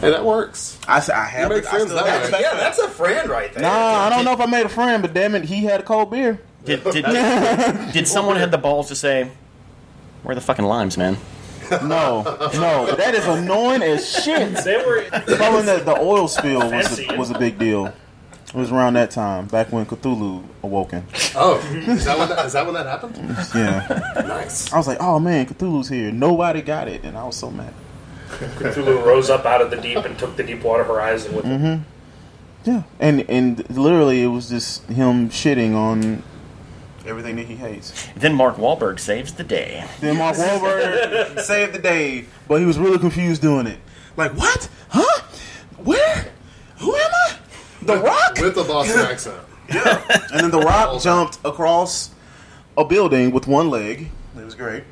D: And that works.
B: I said I have.
D: You
B: it.
D: make
B: I
D: friends
B: still
D: that
B: have
D: way.
B: the backpack.
C: Yeah, that's a friend right there.
B: Nah, I don't know if I made a friend, but damn it, he had a cold beer.
A: Did, did, did someone have the balls to say, where are the fucking limes, man?
B: No, no, that is annoying as shit.
E: They were
B: Following that, the oil spill was
E: Fancy.
B: a, was a big deal. It was around that time, back when Cthulhu awoken.
D: Oh, is that when that, is that, when that happened?
B: Yeah,
D: Nice.
B: I was like, oh man, Cthulhu's here. Nobody got it, and I was so mad.
E: Cthulhu rose up out of the deep and took the deep water horizon with him.
B: Yeah, and and literally, it was just him shitting on everything that he hates.
A: Then Mark Wahlberg saves the day.
B: Then Mark Wahlberg saved the day, but he was really confused doing it. Like, what? Huh? Where? Who am I? The Rock.
D: with a Boston accent.
B: Yeah. And then The Rock jumped across a building with one leg. It was great.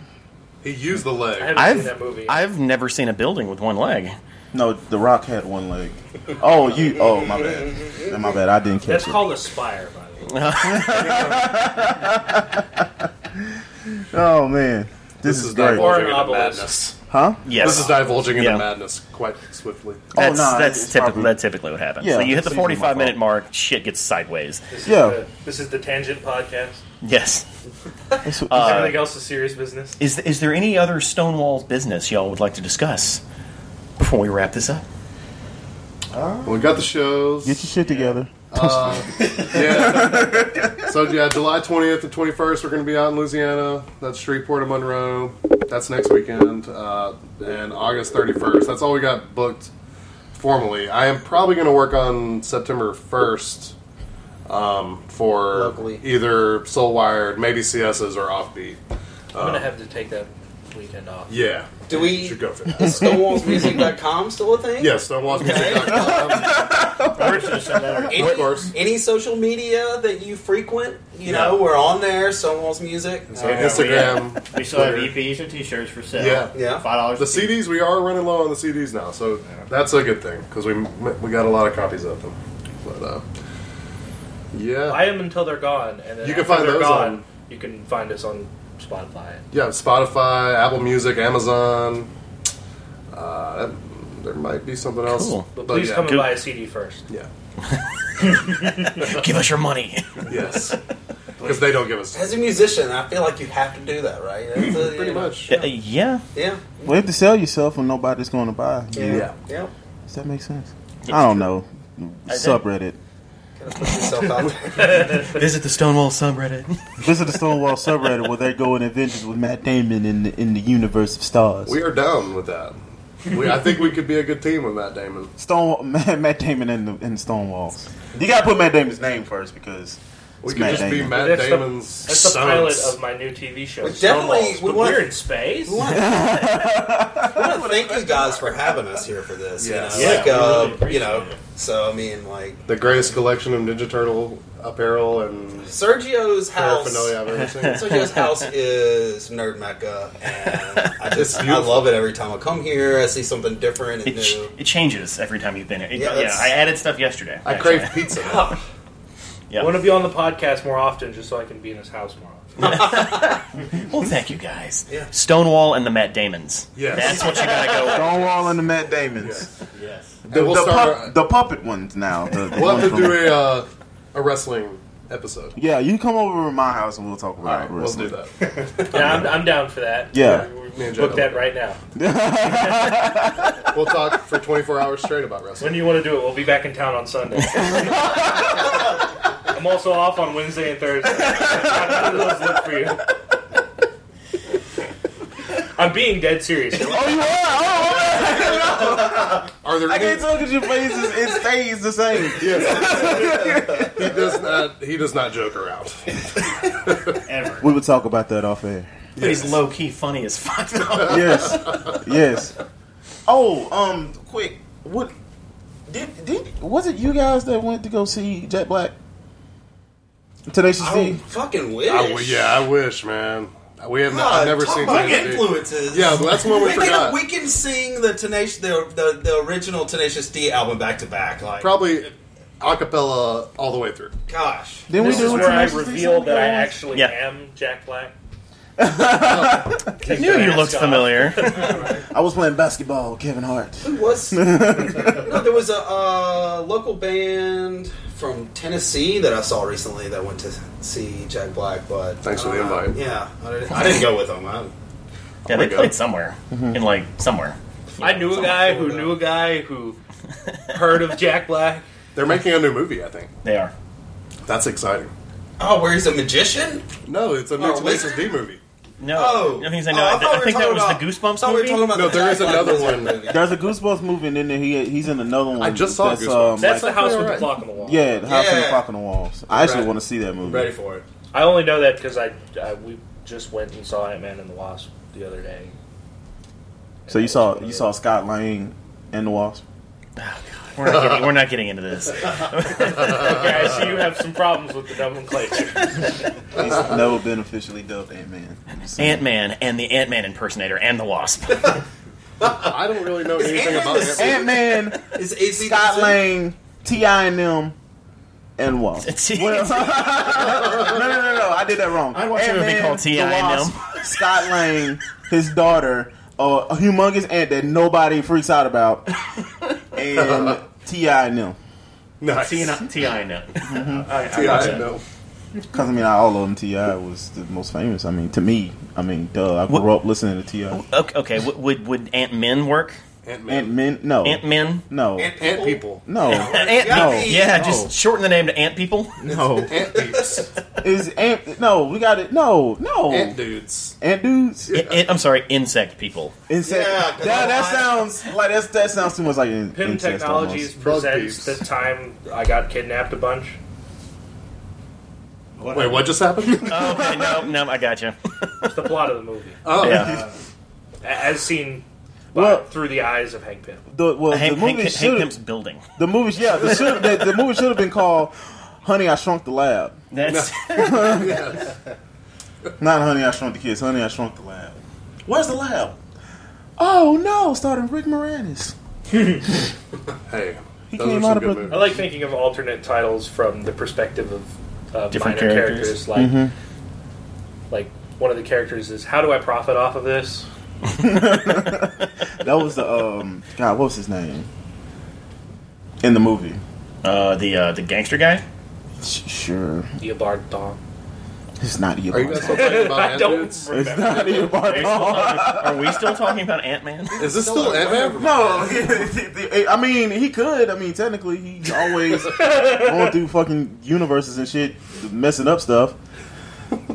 D: He used the
E: I
D: leg.
E: haven't seen that movie.
A: I've I've never seen a building with one leg.
B: No, The Rock had one leg. Oh, you. Oh, my bad. Yeah, My bad. I didn't catch
E: That's
B: it.
E: called a spire, by the way.
B: oh man, this,
D: This
B: is
D: is
B: great.
E: Or an
D: divulging into
E: obelisk.
D: madness.
B: Huh?
A: Yes,
D: This is divulging into
A: Yeah.
D: madness quite swiftly.
A: that's
B: Oh, no,
A: that's
B: it's
A: typically
B: probably-
A: that's typically what happens.
B: Yeah,
A: so you hit the
B: it's usually my
A: 45 minute
B: fault.
A: mark, shit gets sideways.
E: This is,
B: Yeah.
E: the, this is the Tangent Podcast.
A: Yes.
B: That's what-
E: Everything else is serious business.
A: Is is there any other Stonewall business y'all would like to discuss before we wrap this up?
D: Well, we got the shows.
B: Get your shit together.
D: yeah. so yeah, July twentieth and twenty first, we're going to be out in Louisiana. That's Shreveport and Monroe. That's next weekend, uh, and August thirty first. That's all we got booked formally. I am probably going to work on September first um, for
C: Locally.
D: either Soul Wired, maybe CS's, or Offbeat.
E: I'm
D: uh,
E: gonna have to take that weekend off.
D: Yeah,
C: Do we-
D: should go for that?
C: Is stonewallsmusic.com still a thing?
D: yes, don't watch music.
C: Any,
D: Of course.
C: any social media that you frequent, you know, we're on there. Stonewall's music.
D: So
C: Uh,
D: Instagram.
F: We still have
D: Twitter.
F: EPs and T-shirts for sale.
D: Yeah.
C: Yeah.
F: five dollars.
D: The CDs we are running low on the CDs now, so that's a good thing because we we got a lot of copies of them. But uh, yeah,
E: Buy them until they're gone, and then
D: You can
E: after
D: find
E: they're
D: those
E: gone,
D: on-
E: you can find us on Spotify.
D: yeah, Spotify, Apple Music, Amazon. Uh, that, there might be something else,
A: Cool.
E: But please
D: yeah.
E: come and
A: Good.
E: buy a CD first.
D: Yeah.
A: Give us your money.
D: Yes. Because they don't give us
C: As a musician, I feel like you have to do that, right? That's a-
D: pretty
C: you know,
D: much.
A: Uh, yeah.
C: Yeah.
B: Well, you have to sell yourself, and nobody's going to buy.
C: Yeah.
D: Yeah.
C: yeah.
B: Does that make sense? I don't know. Subreddit.
C: Gotta put yourself out there.
A: Visit the Stonewall subreddit.
B: Visit the Stonewall subreddit where they go in adventures with Matt Damon in the, in the universe of stars.
D: We are down with that. We, I think we could be a good team with Matt Damon.
B: Stonewall, Matt, Matt Damon in the in Stonewall. You gotta put Matt Damon's name first because
D: We
B: It's
D: could
B: Matt
D: just be
B: Damon.
D: Matt
E: That's the-
D: Damon's.
E: That's the pilot
D: sons.
E: of my new TV show.
C: But definitely,
E: Stonewalls,
C: we
E: but
C: want-
E: we're in space.
C: We want to thank you guys for having us here for this.
D: Yes.
C: You know?
D: Yeah,
C: like,
F: we
C: uh,
F: really appreciate
C: you know,
F: it.
C: so I mean, like
D: the greatest collection of Ninja Turtle apparel and
C: Sergio's house.
D: paraphernalia I've ever seen.
C: Sergio's house is nerd mecca, and I just
D: It's
C: I
D: beautiful.
C: love it every time I come here. I see something different and
A: It, ch-
C: new.
A: it changes every time you've been here. It-
C: Yeah,
A: yeah,
C: that's-
A: I added stuff yesterday.
D: I
A: actually.
D: crave pizza. now.
C: Oh,
E: I
A: Yeah.
E: want to be on the podcast more often, just so I can be in his house more often.
A: Well, thank you guys.
C: Yeah.
A: Stonewall and the Matt Damons.
D: Yes.
A: That's what you gotta go with.
B: Stonewall and the Matt Damons,
F: Yes.
D: Then we'll,
B: the,
D: start,
B: pup- the puppet ones now. The, the
D: we'll
B: one
D: have to
B: from-
D: do a, uh, a wrestling episode.
B: Yeah, you come over to my house and we'll talk
D: All
B: about
D: right,
B: it.
D: we'll do that.
E: Yeah, I'm, I'm down for that.
B: Yeah.
D: Me and
E: Book
D: Jada.
E: that right now.
D: We'll talk for 24 hours straight about wrestling.
E: When do you want to do it? We'll be back in town on Sunday. I'm also off on Wednesday and Thursday. How do those look for you? I'm being dead serious.
B: Oh, you are? Oh,
D: Are there
B: I can't
D: any,
B: tell because your face is, it stays the same.
D: he does not he does not joke around.
F: Ever.
B: We would talk about that off air.
A: He's low key funny as fuck.
C: Oh,
A: though.
B: Yes, yes. Oh, um, quick, what did did was it you guys that went to go see Jet Black? Tenacious
C: I
B: D.
C: don't fucking wish.
D: I w- yeah, I wish, man. We have not,
C: God,
D: I've never
C: talk
D: seen
C: about
D: Tenacious D.
C: influences.
D: Yeah, but that's one we
C: we can,
D: forgot.
C: we can sing the tenacious the, the the original Tenacious D album back to back. Like,
D: Probably acapella all the way through.
C: gosh,
B: Then
E: This is
B: a
E: where I
B: Tenacious D
E: reveal
B: song
E: that I
B: together?
E: actually
A: Yeah.
E: am Jack Black.
A: I knew you looked
E: Mask off.
A: familiar.
B: I was playing basketball, with Kevin Hart.
C: who was? no, there was a uh, local band from Tennessee that I saw recently that went to see Jack Black. But
D: Thanks for
C: I
D: the
C: don't know.
D: invite.
C: Yeah, I didn't, I didn't go with them. I,
A: Yeah, they
D: my God.
A: played somewhere.
C: Mm-hmm.
A: In like somewhere.
E: I knew a guy who knew a guy who heard of Jack Black.
D: They're making a new movie, I think.
A: They are.
D: That's exciting.
C: oh, where he's a magician?
D: No, it's a new
C: Oh,
D: Tenacious D movie.
A: No,
C: Oh,
A: I think, I
C: Oh,
A: know. I,
C: thought we
A: I
C: were
A: think that
C: talking
A: was
C: about-
A: the
C: I
A: Goosebumps
C: thought we were
A: movie.
C: talking about
D: No,
C: the
D: there is
C: Jack Black
D: another
C: Wizard
D: one.
C: movie.
B: There's a Goosebumps movie, and then he he's in another one.
D: I just saw
B: that's,
D: Goosebumps.
B: Um,
E: That's
D: Like,
E: the house with
D: alright.
E: the clock on the wall.
B: yeah, the House on the
C: Yeah.
B: Clock on the Walls. I actually
C: Right.
B: want to see that movie.
C: Ready for it?
E: I only know that because I, I we just went and saw Ant Man and the Wasp the other day.
B: So you saw you saw Scott Lang and the Wasp.
A: Oh, God. We're not getting, we're not getting into this.
E: Okay, I see you have some problems with the nomenclature.
B: He's never been officially dubbed Ant Man.
A: Ant Man and the Ant Man impersonator and the Wasp.
D: I don't really know anything
C: Ant-Man
D: about
C: the
D: it.
B: Ant Man,
C: Is AC
B: Scott Lang, Ti and them, and Wasp.
A: T-
B: Well- no, no, no, no! I did that wrong.
A: I'd watch a movie
B: Ant-Man,
A: called T.I.
B: The
A: and
B: Wasp, Scott Lang, his daughter, uh, a humongous ant that nobody freaks out about, and Ti and them.
D: Nice.
A: T and T I know.
D: Yeah, I didn't know.
B: Because I mean, all of them. Ti was the most famous. I mean, to me, I mean, duh. I grew
A: What-
B: up listening to Ti.
A: Okay, okay. would- Would would Ant Men work?
B: Ant
D: Ant-Man.
B: Man, no,
A: Ant Men.
B: no,
D: Ant people.
B: no,
A: Ant
B: No.
A: Yeah,
B: No.
A: just shorten the name to Ant People.
B: no.
D: Ant peeps.
B: Is ant? No, we got it. No, no.
D: Ant dudes.
B: Ant dudes.
A: I- I- I'm sorry, Insect People.
B: Insect.
C: Yeah, 'cause
B: that,
C: I'm
B: that
C: like-
B: sounds like that's, that sounds too much like in,
E: Pym
B: incest
E: Technologies
B: almost.
D: Bug
E: presents the
D: beeps.
E: time I got kidnapped a bunch.
D: Wait, what just happened?
A: Oh, okay, no, no, I got you.
E: It's the plot of the movie,
D: Oh,
A: Yeah.
E: A- as seen by,
B: Well-
E: through the eyes of Hank Pym.
B: The, well,
A: Hank, Hank,
B: the movie
A: Hank Pym's
B: should
A: building.
B: the movie yeah the, should, the, the movie should have been called Honey I Shrunk the Lab,
A: That's
B: not Honey I Shrunk the Kids, Honey I Shrunk the Lab. Where's the lab? Oh no, starting Rick Moranis.
D: Hey,
B: He
D: those
B: came
D: are some
B: out of
D: good
B: a-
E: I
D: movies.
E: like thinking of alternate titles from the perspective of uh,
A: Different
E: minor
A: characters.
E: characters. like
B: Mm-hmm.
E: like one of the characters is how do I profit off of this?
B: That was the um God, what was his name in the movie?
A: uh, the uh, the gangster guy.
B: Sh- Sure,
E: Eobard Thawne.
B: it's not
D: Are you
B: Eobard.
D: guys still talking about
E: I
D: Ant
E: don't
D: dudes?
E: remember.
B: It's not Eobard.
A: Are we still talking about Ant Man?
D: Is this still Ant-Man?
B: No, I mean he could. I mean technically he's always going through fucking universes and shit, messing up stuff.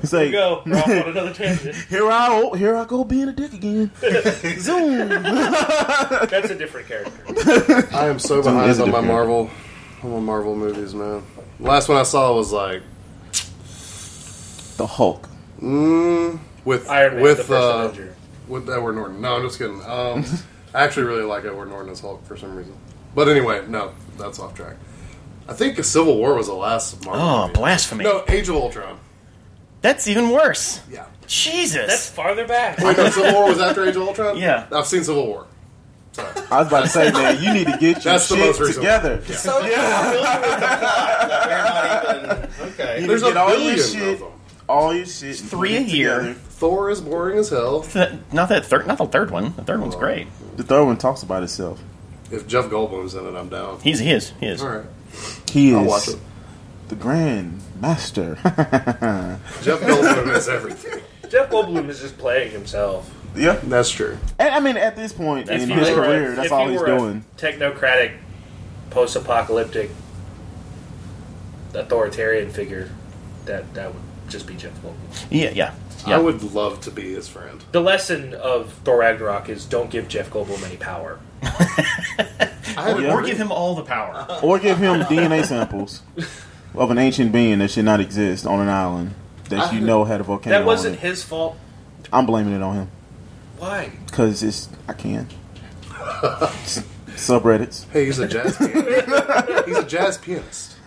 B: He's like,
E: Go. We're off on another tangent.
B: here I oh, here I go being a dick again. Zoom.
E: That's a different character.
D: I am so
B: Someone is a
D: behind on my
B: different-
D: Marvel, on my Marvel movies, man. Last one I saw was like
B: The Hulk.
D: mm, with
E: Iron Man,
D: with
E: the first
D: uh,
E: Avenger.
D: with Edward Norton. No, I'm just kidding. Um, I actually really like Edward Norton as Hulk for some reason. But anyway, no, that's off track. I think Civil War was the last Marvel.
A: Oh,
D: movie.
A: blasphemy!
D: No, Age of Ultron.
A: That's even worse.
D: Yeah.
A: Jesus.
E: That's farther back.
D: Wait, no, Civil War was after Age of Ultron.
A: Yeah.
D: I've seen Civil War.
B: I was about to say, man, you need to get your
D: That's the
B: shit
D: most recent
B: together.
C: So
B: You
C: okay.
B: need
D: There's
B: to
D: a
B: get all your
D: billion
B: shit,
D: of them.
B: all your shit, and
A: Three
B: put
A: a
B: it
A: year.
B: together.
D: Thor is boring as hell.
A: Th- not that third. Not the third one. The third one's great.
B: The third one talks about itself.
D: If Jeff Goldblum's in it, I'm down.
A: He's he is he is.
D: All right,
B: He
D: I'll watch
B: is
D: it.
B: the Grand Master.
D: Jeff Goldblum is everything.
E: Jeff Goldblum is just playing himself.
B: yeah,
D: That's true.
B: and, I mean, at this point in his
E: were a-
B: career, that's
E: if
B: all
E: you
B: he's
E: were a
B: doing.
E: Technocratic, post-apocalyptic, authoritarian figure. That that would just be Jeff Goldblum.
A: Yeah, yeah,
D: I
A: yeah.
D: would love to be his friend.
E: The lesson of Thor Ragnarok is don't give Jeff Goldblum any power.
D: I haven't
A: or
D: read-
A: give him all the power.
B: Or give him DNA samples of an ancient being that should not exist on an island that you know had a volcano.
E: that wasn't
B: on it.
E: his fault.
B: I'm blaming it on him
E: Why?
B: because it's I can. S- Subreddits.
D: Hey, he's a jazz pianist. he's a jazz pianist.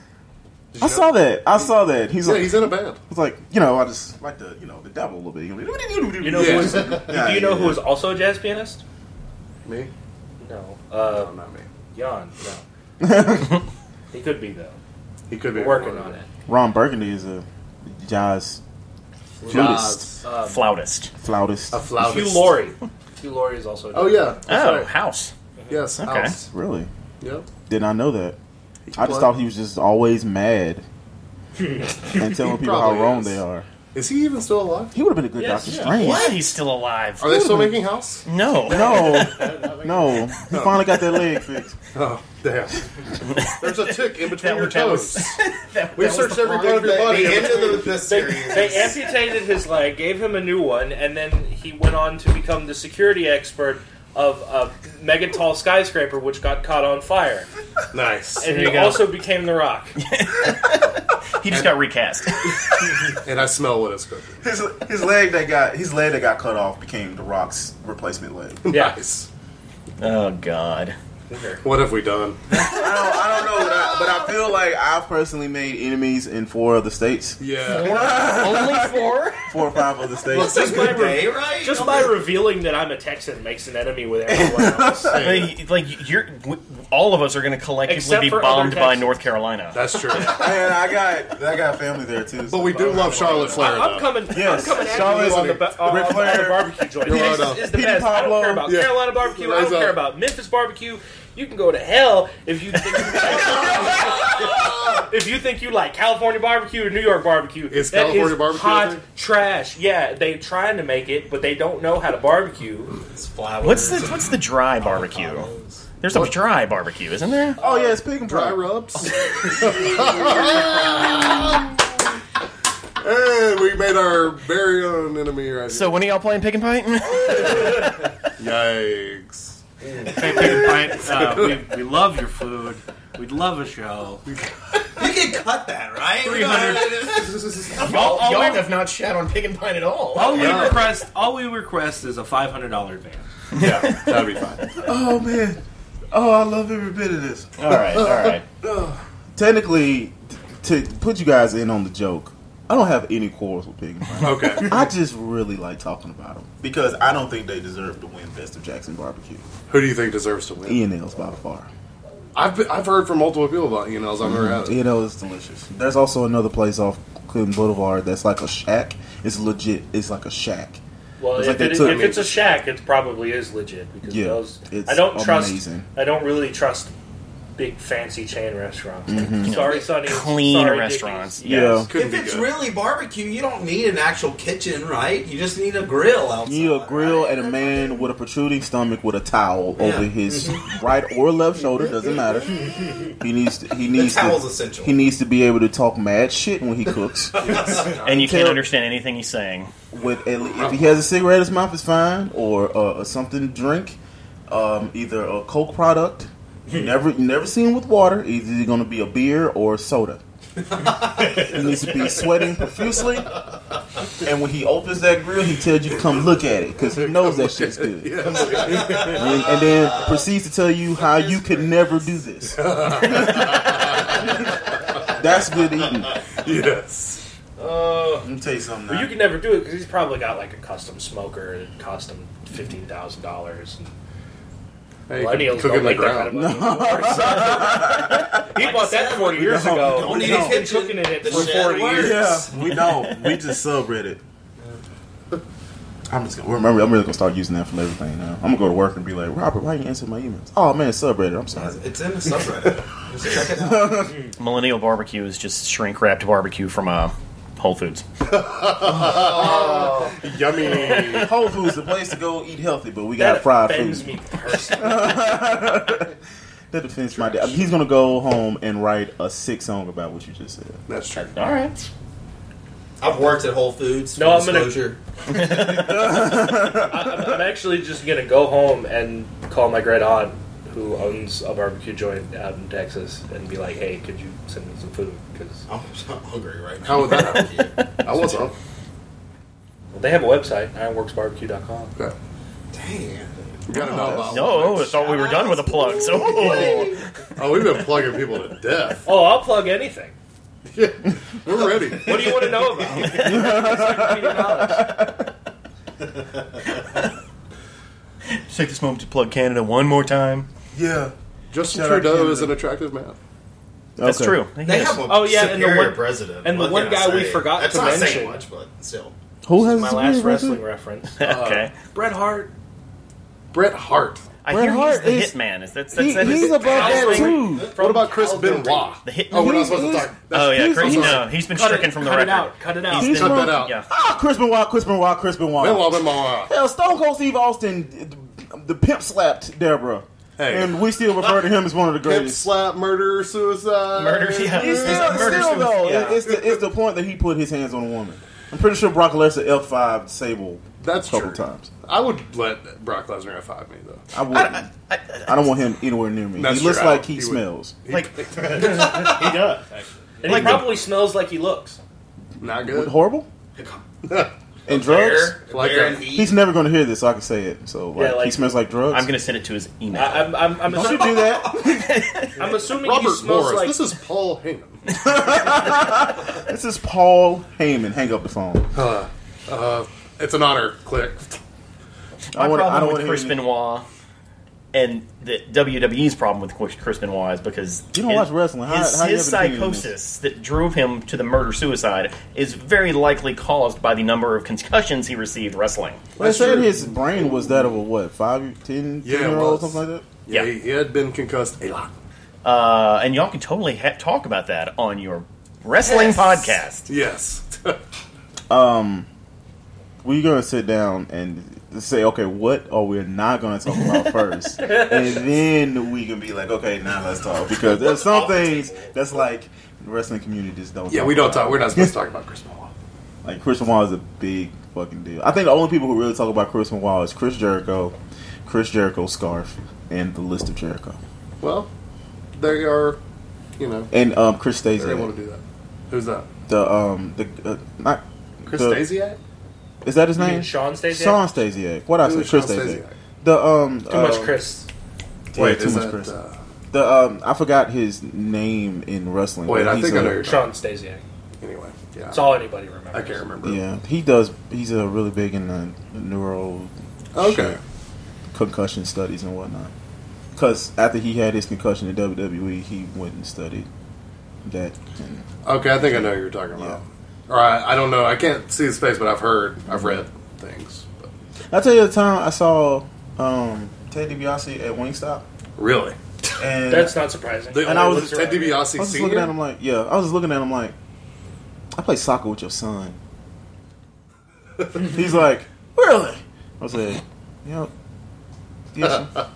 D: Did you
B: I
D: know
B: saw that. I saw that. He's
D: Yeah,
B: like,
D: he's in a band.
B: he's like, you know, I just like the, you know, the devil a little bit. You
E: You know
D: Yeah.
E: who is, Do you know who is also a jazz pianist?
D: Me?
E: No.
D: No,
E: Uh,
D: not me.
E: Jan. No. he could be though.
D: He could be
E: We're working on it.
B: Ron Burgundy is a jazz flutist,
D: Jazz.
E: Um,
A: Flautist.
B: flautist.
D: A
E: Hugh
D: flautist.
E: Laurie. Hugh Laurie is also. A
D: Oh yeah. That's
A: Oh,
D: right.
A: House.
D: Yes.
A: Okay.
D: House.
B: Really?
D: Yep.
B: Did not know that. I just
D: What?
B: thought he was just always mad and telling people how
D: probably
B: wrong
D: is.
B: they are.
D: Is he even still alive?
B: He would have been a good
E: Yes,
B: Doctor
E: yeah.
B: Strange.
A: Why he's still alive?
D: Are they still making House?
A: No.
B: No, no. He finally got that leg fixed.
D: Oh damn. There's a tick in between
A: That
D: your
A: was- that was-
D: toes. We've searched every part of your body. in
F: the end
D: between.
F: of the, the series.
E: They amputated his leg, gave him a new one, and then he went on to become the security expert of a mega tall skyscraper which got caught on fire.
D: Nice.
E: And
A: There you
E: he
A: go.
E: also became The Rock.
A: He just got recast.
D: And I smell what it's cooking.
B: His, his leg that got his leg that got cut off became the Rock's replacement leg.
E: Yeah.
D: Nice.
A: Oh God.
C: Okay.
D: What have we done?
B: I don't, I don't know, but I, but I feel like I personally made enemies in four other states,
D: Yeah.
H: Only four?
B: four or five other states.
C: Just my
E: by re-
C: day, right? Oh,
E: Just
C: Don't
E: by
C: they-
E: revealing that I'm a Texan makes an enemy with everyone else.
A: Like, like you're, w- all of us are going to collectively
E: Except
A: be
E: for other
A: bombed by
E: Texans.
A: North Carolina.
D: That's true.
B: Man, I got I got family there too.
D: But we do love Charlotte Flair.
E: I'm
D: though.
E: coming.
B: Yes,
E: I'm coming after
B: Charlotte's
E: you on the,
B: the-
E: ba- on,
B: Ric
E: on
B: Flair,
E: the barbecue joint.
D: Ric
E: Phoenix
D: Flair,
E: is the
B: Pete
E: best. I don't
B: Pablo,
E: care about
D: yeah.
E: Carolina barbecue. I don't
D: Rizzo.
E: care about Memphis barbecue. You can go to hell if you think if you think you like California barbecue or New York barbecue.
D: Is
E: that
D: California barbecue a
E: hot
D: thing?
E: trash? Yeah, they trying to make it, but they don't know how to barbecue.
C: It's flowers.
A: What's the what's the dry barbecue? There's a dry barbecue, isn't there?
B: Oh yeah, it's pig and
D: Dry
B: dry.
D: rubs. and we made our very own enemy right
A: So when are y'all playing pick and pint?
B: Oh,
D: here. Yikes.
G: Hey, Pig and Pint, uh, we, we love your food. We'd love a show.
C: You can cut that, right?
G: 300.
A: y'all
B: oh,
G: All,
A: y'all
G: all, we,
A: have not shat on pick and pint at all.
G: all we request, all we request is a five hundred dollar advance.
D: Yeah, that'd be fine.
B: Oh man, oh I love every bit of this.
A: All right, all right.
B: Technically, t- to put you guys in on the joke, I don't have any quarrels with pig and Pine.
D: Okay.
B: I just really like talking about them because I don't think they deserve to win Best of Jackson Barbecue.
D: Who do you think deserves to win?
B: Ian L's by far.
D: I've been, I've heard from multiple people about you know I've never had it.
B: Ian L is delicious. There's also another place off Clinton Boulevard that's like a shack. It's legit. It's like a shack.
E: Well,
B: It's
E: if,
B: like they
E: it,
B: took-
E: if it's a shack, it probably is legit because
B: Yeah,
E: those.
B: it's
E: I don't trust.
B: amazing.
E: I don't really trust big fancy chain restaurants.
B: Mm-hmm.
E: Sorry, Sonny.
A: Clean
E: Sorry,
A: restaurants.
E: Dickies. Yes.
D: Couldn't
C: if
D: be
C: it's
D: good.
C: really barbecue, you don't need an actual kitchen, right? You just need a grill outside.
B: You need a grill
C: right?
B: and a man with a protruding stomach with a towel over
C: Yeah. Mm-hmm.
B: his right or left shoulder doesn't matter. He needs to, he needs
C: towel's
B: to,
C: essential.
B: He needs to be able to talk mad shit when he cooks.
A: And you can't
B: Tell-
A: understand anything he's saying.
B: with at le- if he has a cigarette in his mouth, it's fine, or uh, a something to drink, um, either a Coke product. You never you never seen with water. Either going to be a beer or soda. he needs to be sweating profusely, and when he opens that grill, he tells you to come look at it because he knows that shit's good. and, and then proceeds to tell you how you could never do this. That's good eating.
D: Yes.
B: Let me tell you something.
E: Uh,
C: Uh,
E: But
B: now.
E: you can never do it because he's probably got like a custom smoker that cost him fifteen thousand dollars.
D: Hey,
E: Millennials
D: cook
E: don't
D: in the
E: make that kind of
D: ground.
E: money. he bought that forty years ago.
C: Don't need
E: He's
C: a
E: been
C: kitchen.
E: cooking in it
C: The
E: for
C: shed
E: forty
C: works.
E: years.
B: Yeah, we don't. We just subreddit. I'm just gonna remember. I'm really gonna start using that for everything now. I'm gonna go to work and be like, Robert, why you answer my emails? Oh man, subreddit. I'm sorry.
C: It's in the subreddit. Just check it out.
A: Millennial barbecue is just shrink wrapped barbecue from uh, Whole Foods.
D: Yummy.
B: Whole Foods the place to go eat healthy, but we got
E: That
B: fried
E: offends
B: food.
E: me personally.
B: That offends my dad. He's gonna go home and write a sick song about what you just said.
D: That's true.
A: All right.
C: I've worked at Whole Foods.
E: No,
C: No,
E: I'm gonna-
C: disclosure.
E: I'm, I'm actually just gonna go home and call my great aunt who owns a barbecue joint out in Texas and be like, "Hey, could you send me some food?" Because
C: I'm, I'm hungry right now.
D: How would that happen? I want some.
E: they have a website, ironworksbarbecue.com.
D: Okay.
C: Dang.
D: We gotta know about
A: No, Oh, I thought we were done with the plugs. Oh.
D: Oh, we've been plugging people to death.
E: Oh, I'll plug anything.
D: Yeah, we're ready.
E: What do you want to know about? Encyclopedia knowledge.
A: Just take this moment to plug Canada one more time.
B: Yeah,
D: Justin
B: Shout out
D: Trudeau
B: Canada.
D: is an attractive man.
A: That's
B: Okay.
A: true.
C: They have a
E: Oh, yeah, and the
C: superior
E: one-
C: president.
E: and the
C: What
E: one
C: can I
E: guy we
C: say?
E: forgot
C: That's
E: to
C: not
E: mention.
C: saying much, but still.
B: Who has
E: My
B: this
E: last
B: weird record?
E: wrestling reference.
A: okay.
G: Bret Hart.
D: Bret Hart.
A: I
B: Bret
A: hear he's
B: Hart
A: the
B: is-
A: hitman. Is that,
B: He,
A: that's, that is-
B: he's above that
A: Calvin-
B: too.
D: What about Chris Benoit?
A: The hit-
D: oh, we're not
B: He's-
D: supposed to
B: he's-
D: talk.
A: Oh yeah,
B: He's-
A: Chris,
B: he's-
A: no, he's been
G: Cut
A: stricken
G: it,
A: from the
G: cut
A: record.
G: It out. Cut it out.
B: He's
D: Cut
B: from-
D: that out.
A: Yeah.
B: Ah, Chris Benoit, Chris Benoit, Chris Benoit.
D: Benoit, Benoit.
B: Hell, Stone Cold Steve Austin, the pimp slapped Deborah,
D: Hey.
B: and we still refer to him as one of the
D: Hip
B: greatest.
D: slap, murder, suicide.
A: Murder, yeah.
B: It's
A: He's
B: still,
A: a murder
B: still
A: suicide.
B: though,
A: Yeah.
B: it- it's, the, it's the point that he put his hands on a woman. I'm pretty sure Brock Lesnar L5 Sable
D: That's
B: a couple
D: true.
B: times.
D: I would let Brock Lesnar have five me though.
B: I wouldn't. I, don't want him anywhere near me.
D: That's
B: he looks
D: true.
B: like he,
D: He would-
B: smells.
A: Like
F: He does. Actually.
E: And he probably smells like he looks.
D: Not good.
B: Horrible? and drugs.
C: Bear,
D: Like
C: bear
D: a-
C: and heat.
B: He's never going to hear this, so I can say it. So like,
E: Yeah, like-
B: he smells like drugs.
A: I'm going to send it to his email.
E: I, I'm, I'm, I'm,
B: Don't you
E: assuming,
B: do that?
E: I'm assuming he
D: Robert
E: smells
D: Morris.
E: like.
D: This is Paul Hingham.
B: this is Paul Heyman. Hang up the phone.
D: It's an honor. Click.
A: My
B: I wanna- I
A: problem
B: don't
A: with
B: wanna
A: Chris
B: hear any-
A: Benoit and the WWE's problem with Chris- Chris Benoit is because
B: You don't watch wrestling. How-
A: his
B: how you
A: his
B: have an opinion on this?
A: psychosis that drove him to the murder suicide is very likely caused by the number of concussions he received wrestling.
B: They
D: That's
B: said
D: true.
B: his brain was that of a what, five, ten,
D: Yeah, it
B: 10 year old,
D: was.
B: something like that.
A: Yeah.
D: He, he had been concussed a lot.
A: Uh, and y'all can totally ha- talk about that on your wrestling
E: Yes.
A: podcast.
D: Yes.
B: We're gonna sit down and say, okay, what are we not gonna talk about first, and then we can be like, okay, now let's talk because there's some things that's like the wrestling community just don't.
D: yeah, we don't
B: about.
D: talk. We're not supposed to talk about Chris Paul.
B: Like Chris Benoit is a big fucking deal. I think the only people who really talk about Chris Benoit is Chris Jericho, Chris Jericho's scarf, and the list of Jericho,
D: Well, they are, you know,
B: and um, Chris
D: they're able to
B: Stasiak.
D: do that. Who's that?
B: The um the uh, not
D: Chris
B: the-
D: Stasiak?
B: Is that his
E: You mean
B: name?
E: Sean Stasiak?
B: Sean Stasiak. What I
D: Who
B: say?
D: is
B: Chris
D: Sean
B: Stasiak.
D: Stasiak?
B: The um
E: too much Chris.
B: Wait, too
D: is
B: much
D: that,
B: Chris.
D: uh,
B: The um I forgot his name in wrestling.
D: Wait,
B: but
D: I
B: he's
D: think
B: a,
D: I know your
E: Sean Stasiak.
D: Anyway, yeah.
E: That's all anybody remembers.
D: I can't remember.
B: Yeah, he does. He's a really big in the neuro
D: Okay.
B: concussion studies and whatnot. Because after he had his concussion in WWE, he went and studied that. And
D: Okay, I think I know who you're talking about. Or I, I don't know. I can't see his face, but I've heard, I've read things. But
B: I tell you the time I saw um, Ted DiBiase at Wingstop,
D: really?
B: and
E: That's not surprising.
D: The
B: And
D: only
B: I was-
D: was Ted DiBiase
B: I was just
D: senior.
B: looking at him like, yeah, I was just looking at him like, I play soccer with your son. He's like, really? I said, yep. Yes. sir.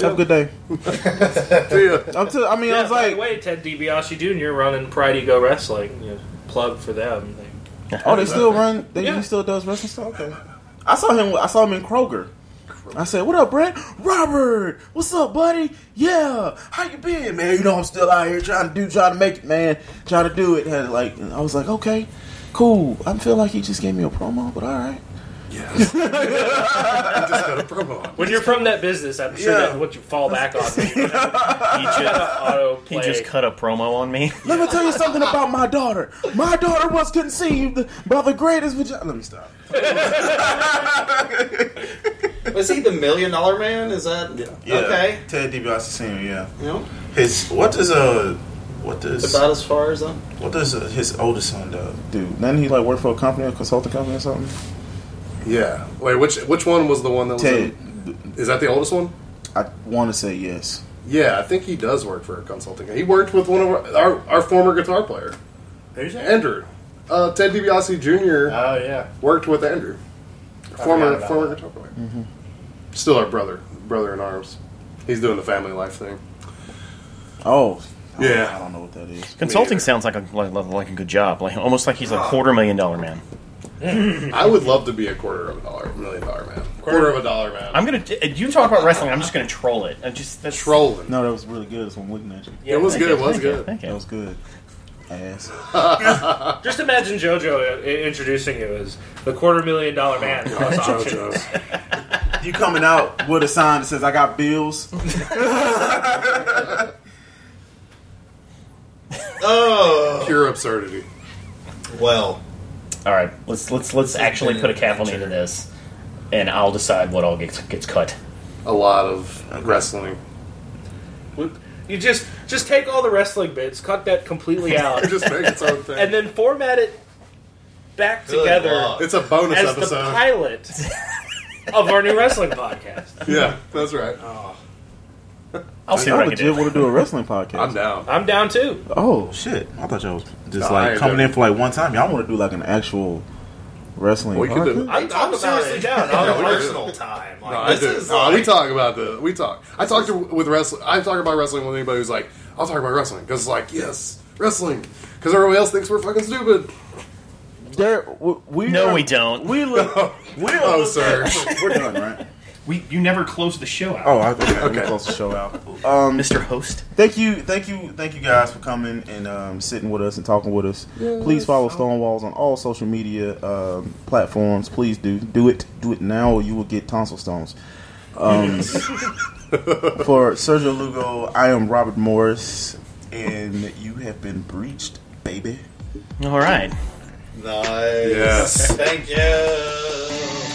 B: Have a good day.
D: See ya.
B: I'm t- I mean,
E: Yeah,
B: I
E: by
B: was
E: the
B: like,
E: way, Ted DiBiase Jr. running Pride Ego Wrestling. You know, plug for them.
B: oh, they still run. They
E: Yeah.
B: he still does wrestling stuff. Okay. I saw him. I saw him in Kroger. I said, "What up, Brett? Robert, what's up, buddy? Yeah, how you been, man? You know I'm still out here trying to do, trying to make it, man, trying to do it." And like, I was like, "Okay, cool." I feel like he just gave me a promo, but all right.
D: Yes. I just got a promo on.
E: When you're from that business, I'm sure
B: Yeah.
E: that's what you fall back on. You
A: He just,
E: auto
A: he
E: play.
A: just cut a promo on me.
B: Let me tell you something about my daughter. My daughter was conceived by the greatest vagina. Let me stop.
C: Was he the million dollar man? Is that okay?
B: Ted DiBiase Senior. Yeah,
C: You know,
B: his what is a what
C: it's
B: does
C: about as far as I'm.
B: what does his oldest son do? Dude, doesn't he like work for a company, a consulting company or something?
D: Yeah. Wait, which which one was the one that was?
B: Ted,
D: in- is that the oldest one?
B: I want to say yes.
D: Yeah, I think he does work for a consulting. He worked with one of our our, our former guitar player,
F: Who's that?
D: Andrew. Uh, Ted DiBiase Jr.
F: Oh yeah.
D: worked with Andrew, former
F: forgot about
D: former
F: that.
D: guitar player. Still our brother, brother in arms. He's doing the family life thing.
B: Oh, I don't-
D: Yeah.
B: I don't know what that is.
A: Consulting
D: either.
A: sounds like a like, like a good job, like almost like he's a quarter million dollar man.
D: I would love to be a quarter of a dollar, million dollar man. Quarter of a dollar man.
A: I'm gonna. You talk about wrestling. I'm just gonna troll it. I just that's,
D: trolling.
B: No, that was really good. That's what I'm looking at you.
E: Yeah,
D: it was
A: Thank
D: good.
A: you,
D: It was
A: thank you,
D: good.
A: thank you.
B: That was good. Ass.
E: Just imagine JoJo i- introducing you as the quarter million dollar man.
D: Oh,
E: across options.
B: You coming out with a sign that says "I got bills"?
C: Oh
D: Pure absurdity.
C: well.
A: All right, let's let's let's actually put a cap on the end of this, and I'll decide what all gets gets cut.
D: A lot of wrestling.
E: You just just take all the wrestling bits, cut that completely out,
D: Just make its own thing.
E: and then format it back
C: Good
E: together
C: luck.
D: it's a bonus
E: as the
D: episode.
E: pilot of our new wrestling podcast.
D: yeah, that's right.
A: I'll see
B: I
A: what I can
B: legit
A: do.
B: want to do a wrestling podcast.
D: I'm down.
E: I'm down too.
B: Oh shit! I thought y'all was just
D: Nah, I
B: like
D: ain't
B: coming
D: doing
B: in for like one time. Y'all want to do like an actual wrestling?
D: We could do
B: podcast?
D: it.
E: I'm, I'm seriously down. I'm,
D: Yeah, we
E: I'm-
D: do.
C: personal time.
E: Oh
C: Like,
D: No, I
C: this
D: do.
C: is
D: No,
C: like,
D: we talk about the. We talk. I talked to, with wrestling. I talk about wrestling with anybody who's like, I'll talk about wrestling because it's like, yes, wrestling. Because everybody else thinks we're fucking stupid.
B: There, w- we
A: No,
B: are-
A: we don't.
B: We look. we are
D: Oh, sir.
B: We're done, right?
H: We you never close the show out.
B: Oh, I think okay.
D: Okay.
B: close the show out. Um,
A: Mr. Host.
B: thank you, thank you, thank you guys for coming and um, sitting with us and talking with us. Please follow Stonewalls on all social media um, platforms. Please do do it, do it now, or you will get tonsil stones. Um, for Sergio Lugo, I am Robert Morris, and you have been breached, baby.
A: All right.
C: Nice.
D: Yes.
C: Thank you.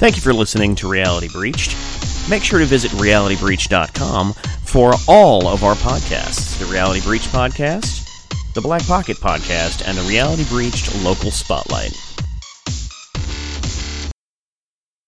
A: Thank you for listening to Reality Breached. Make sure to visit realitybreach.com for all of our podcasts the Reality Breach Podcast, the Black Pocket Podcast, and the Reality Breached Local Spotlight.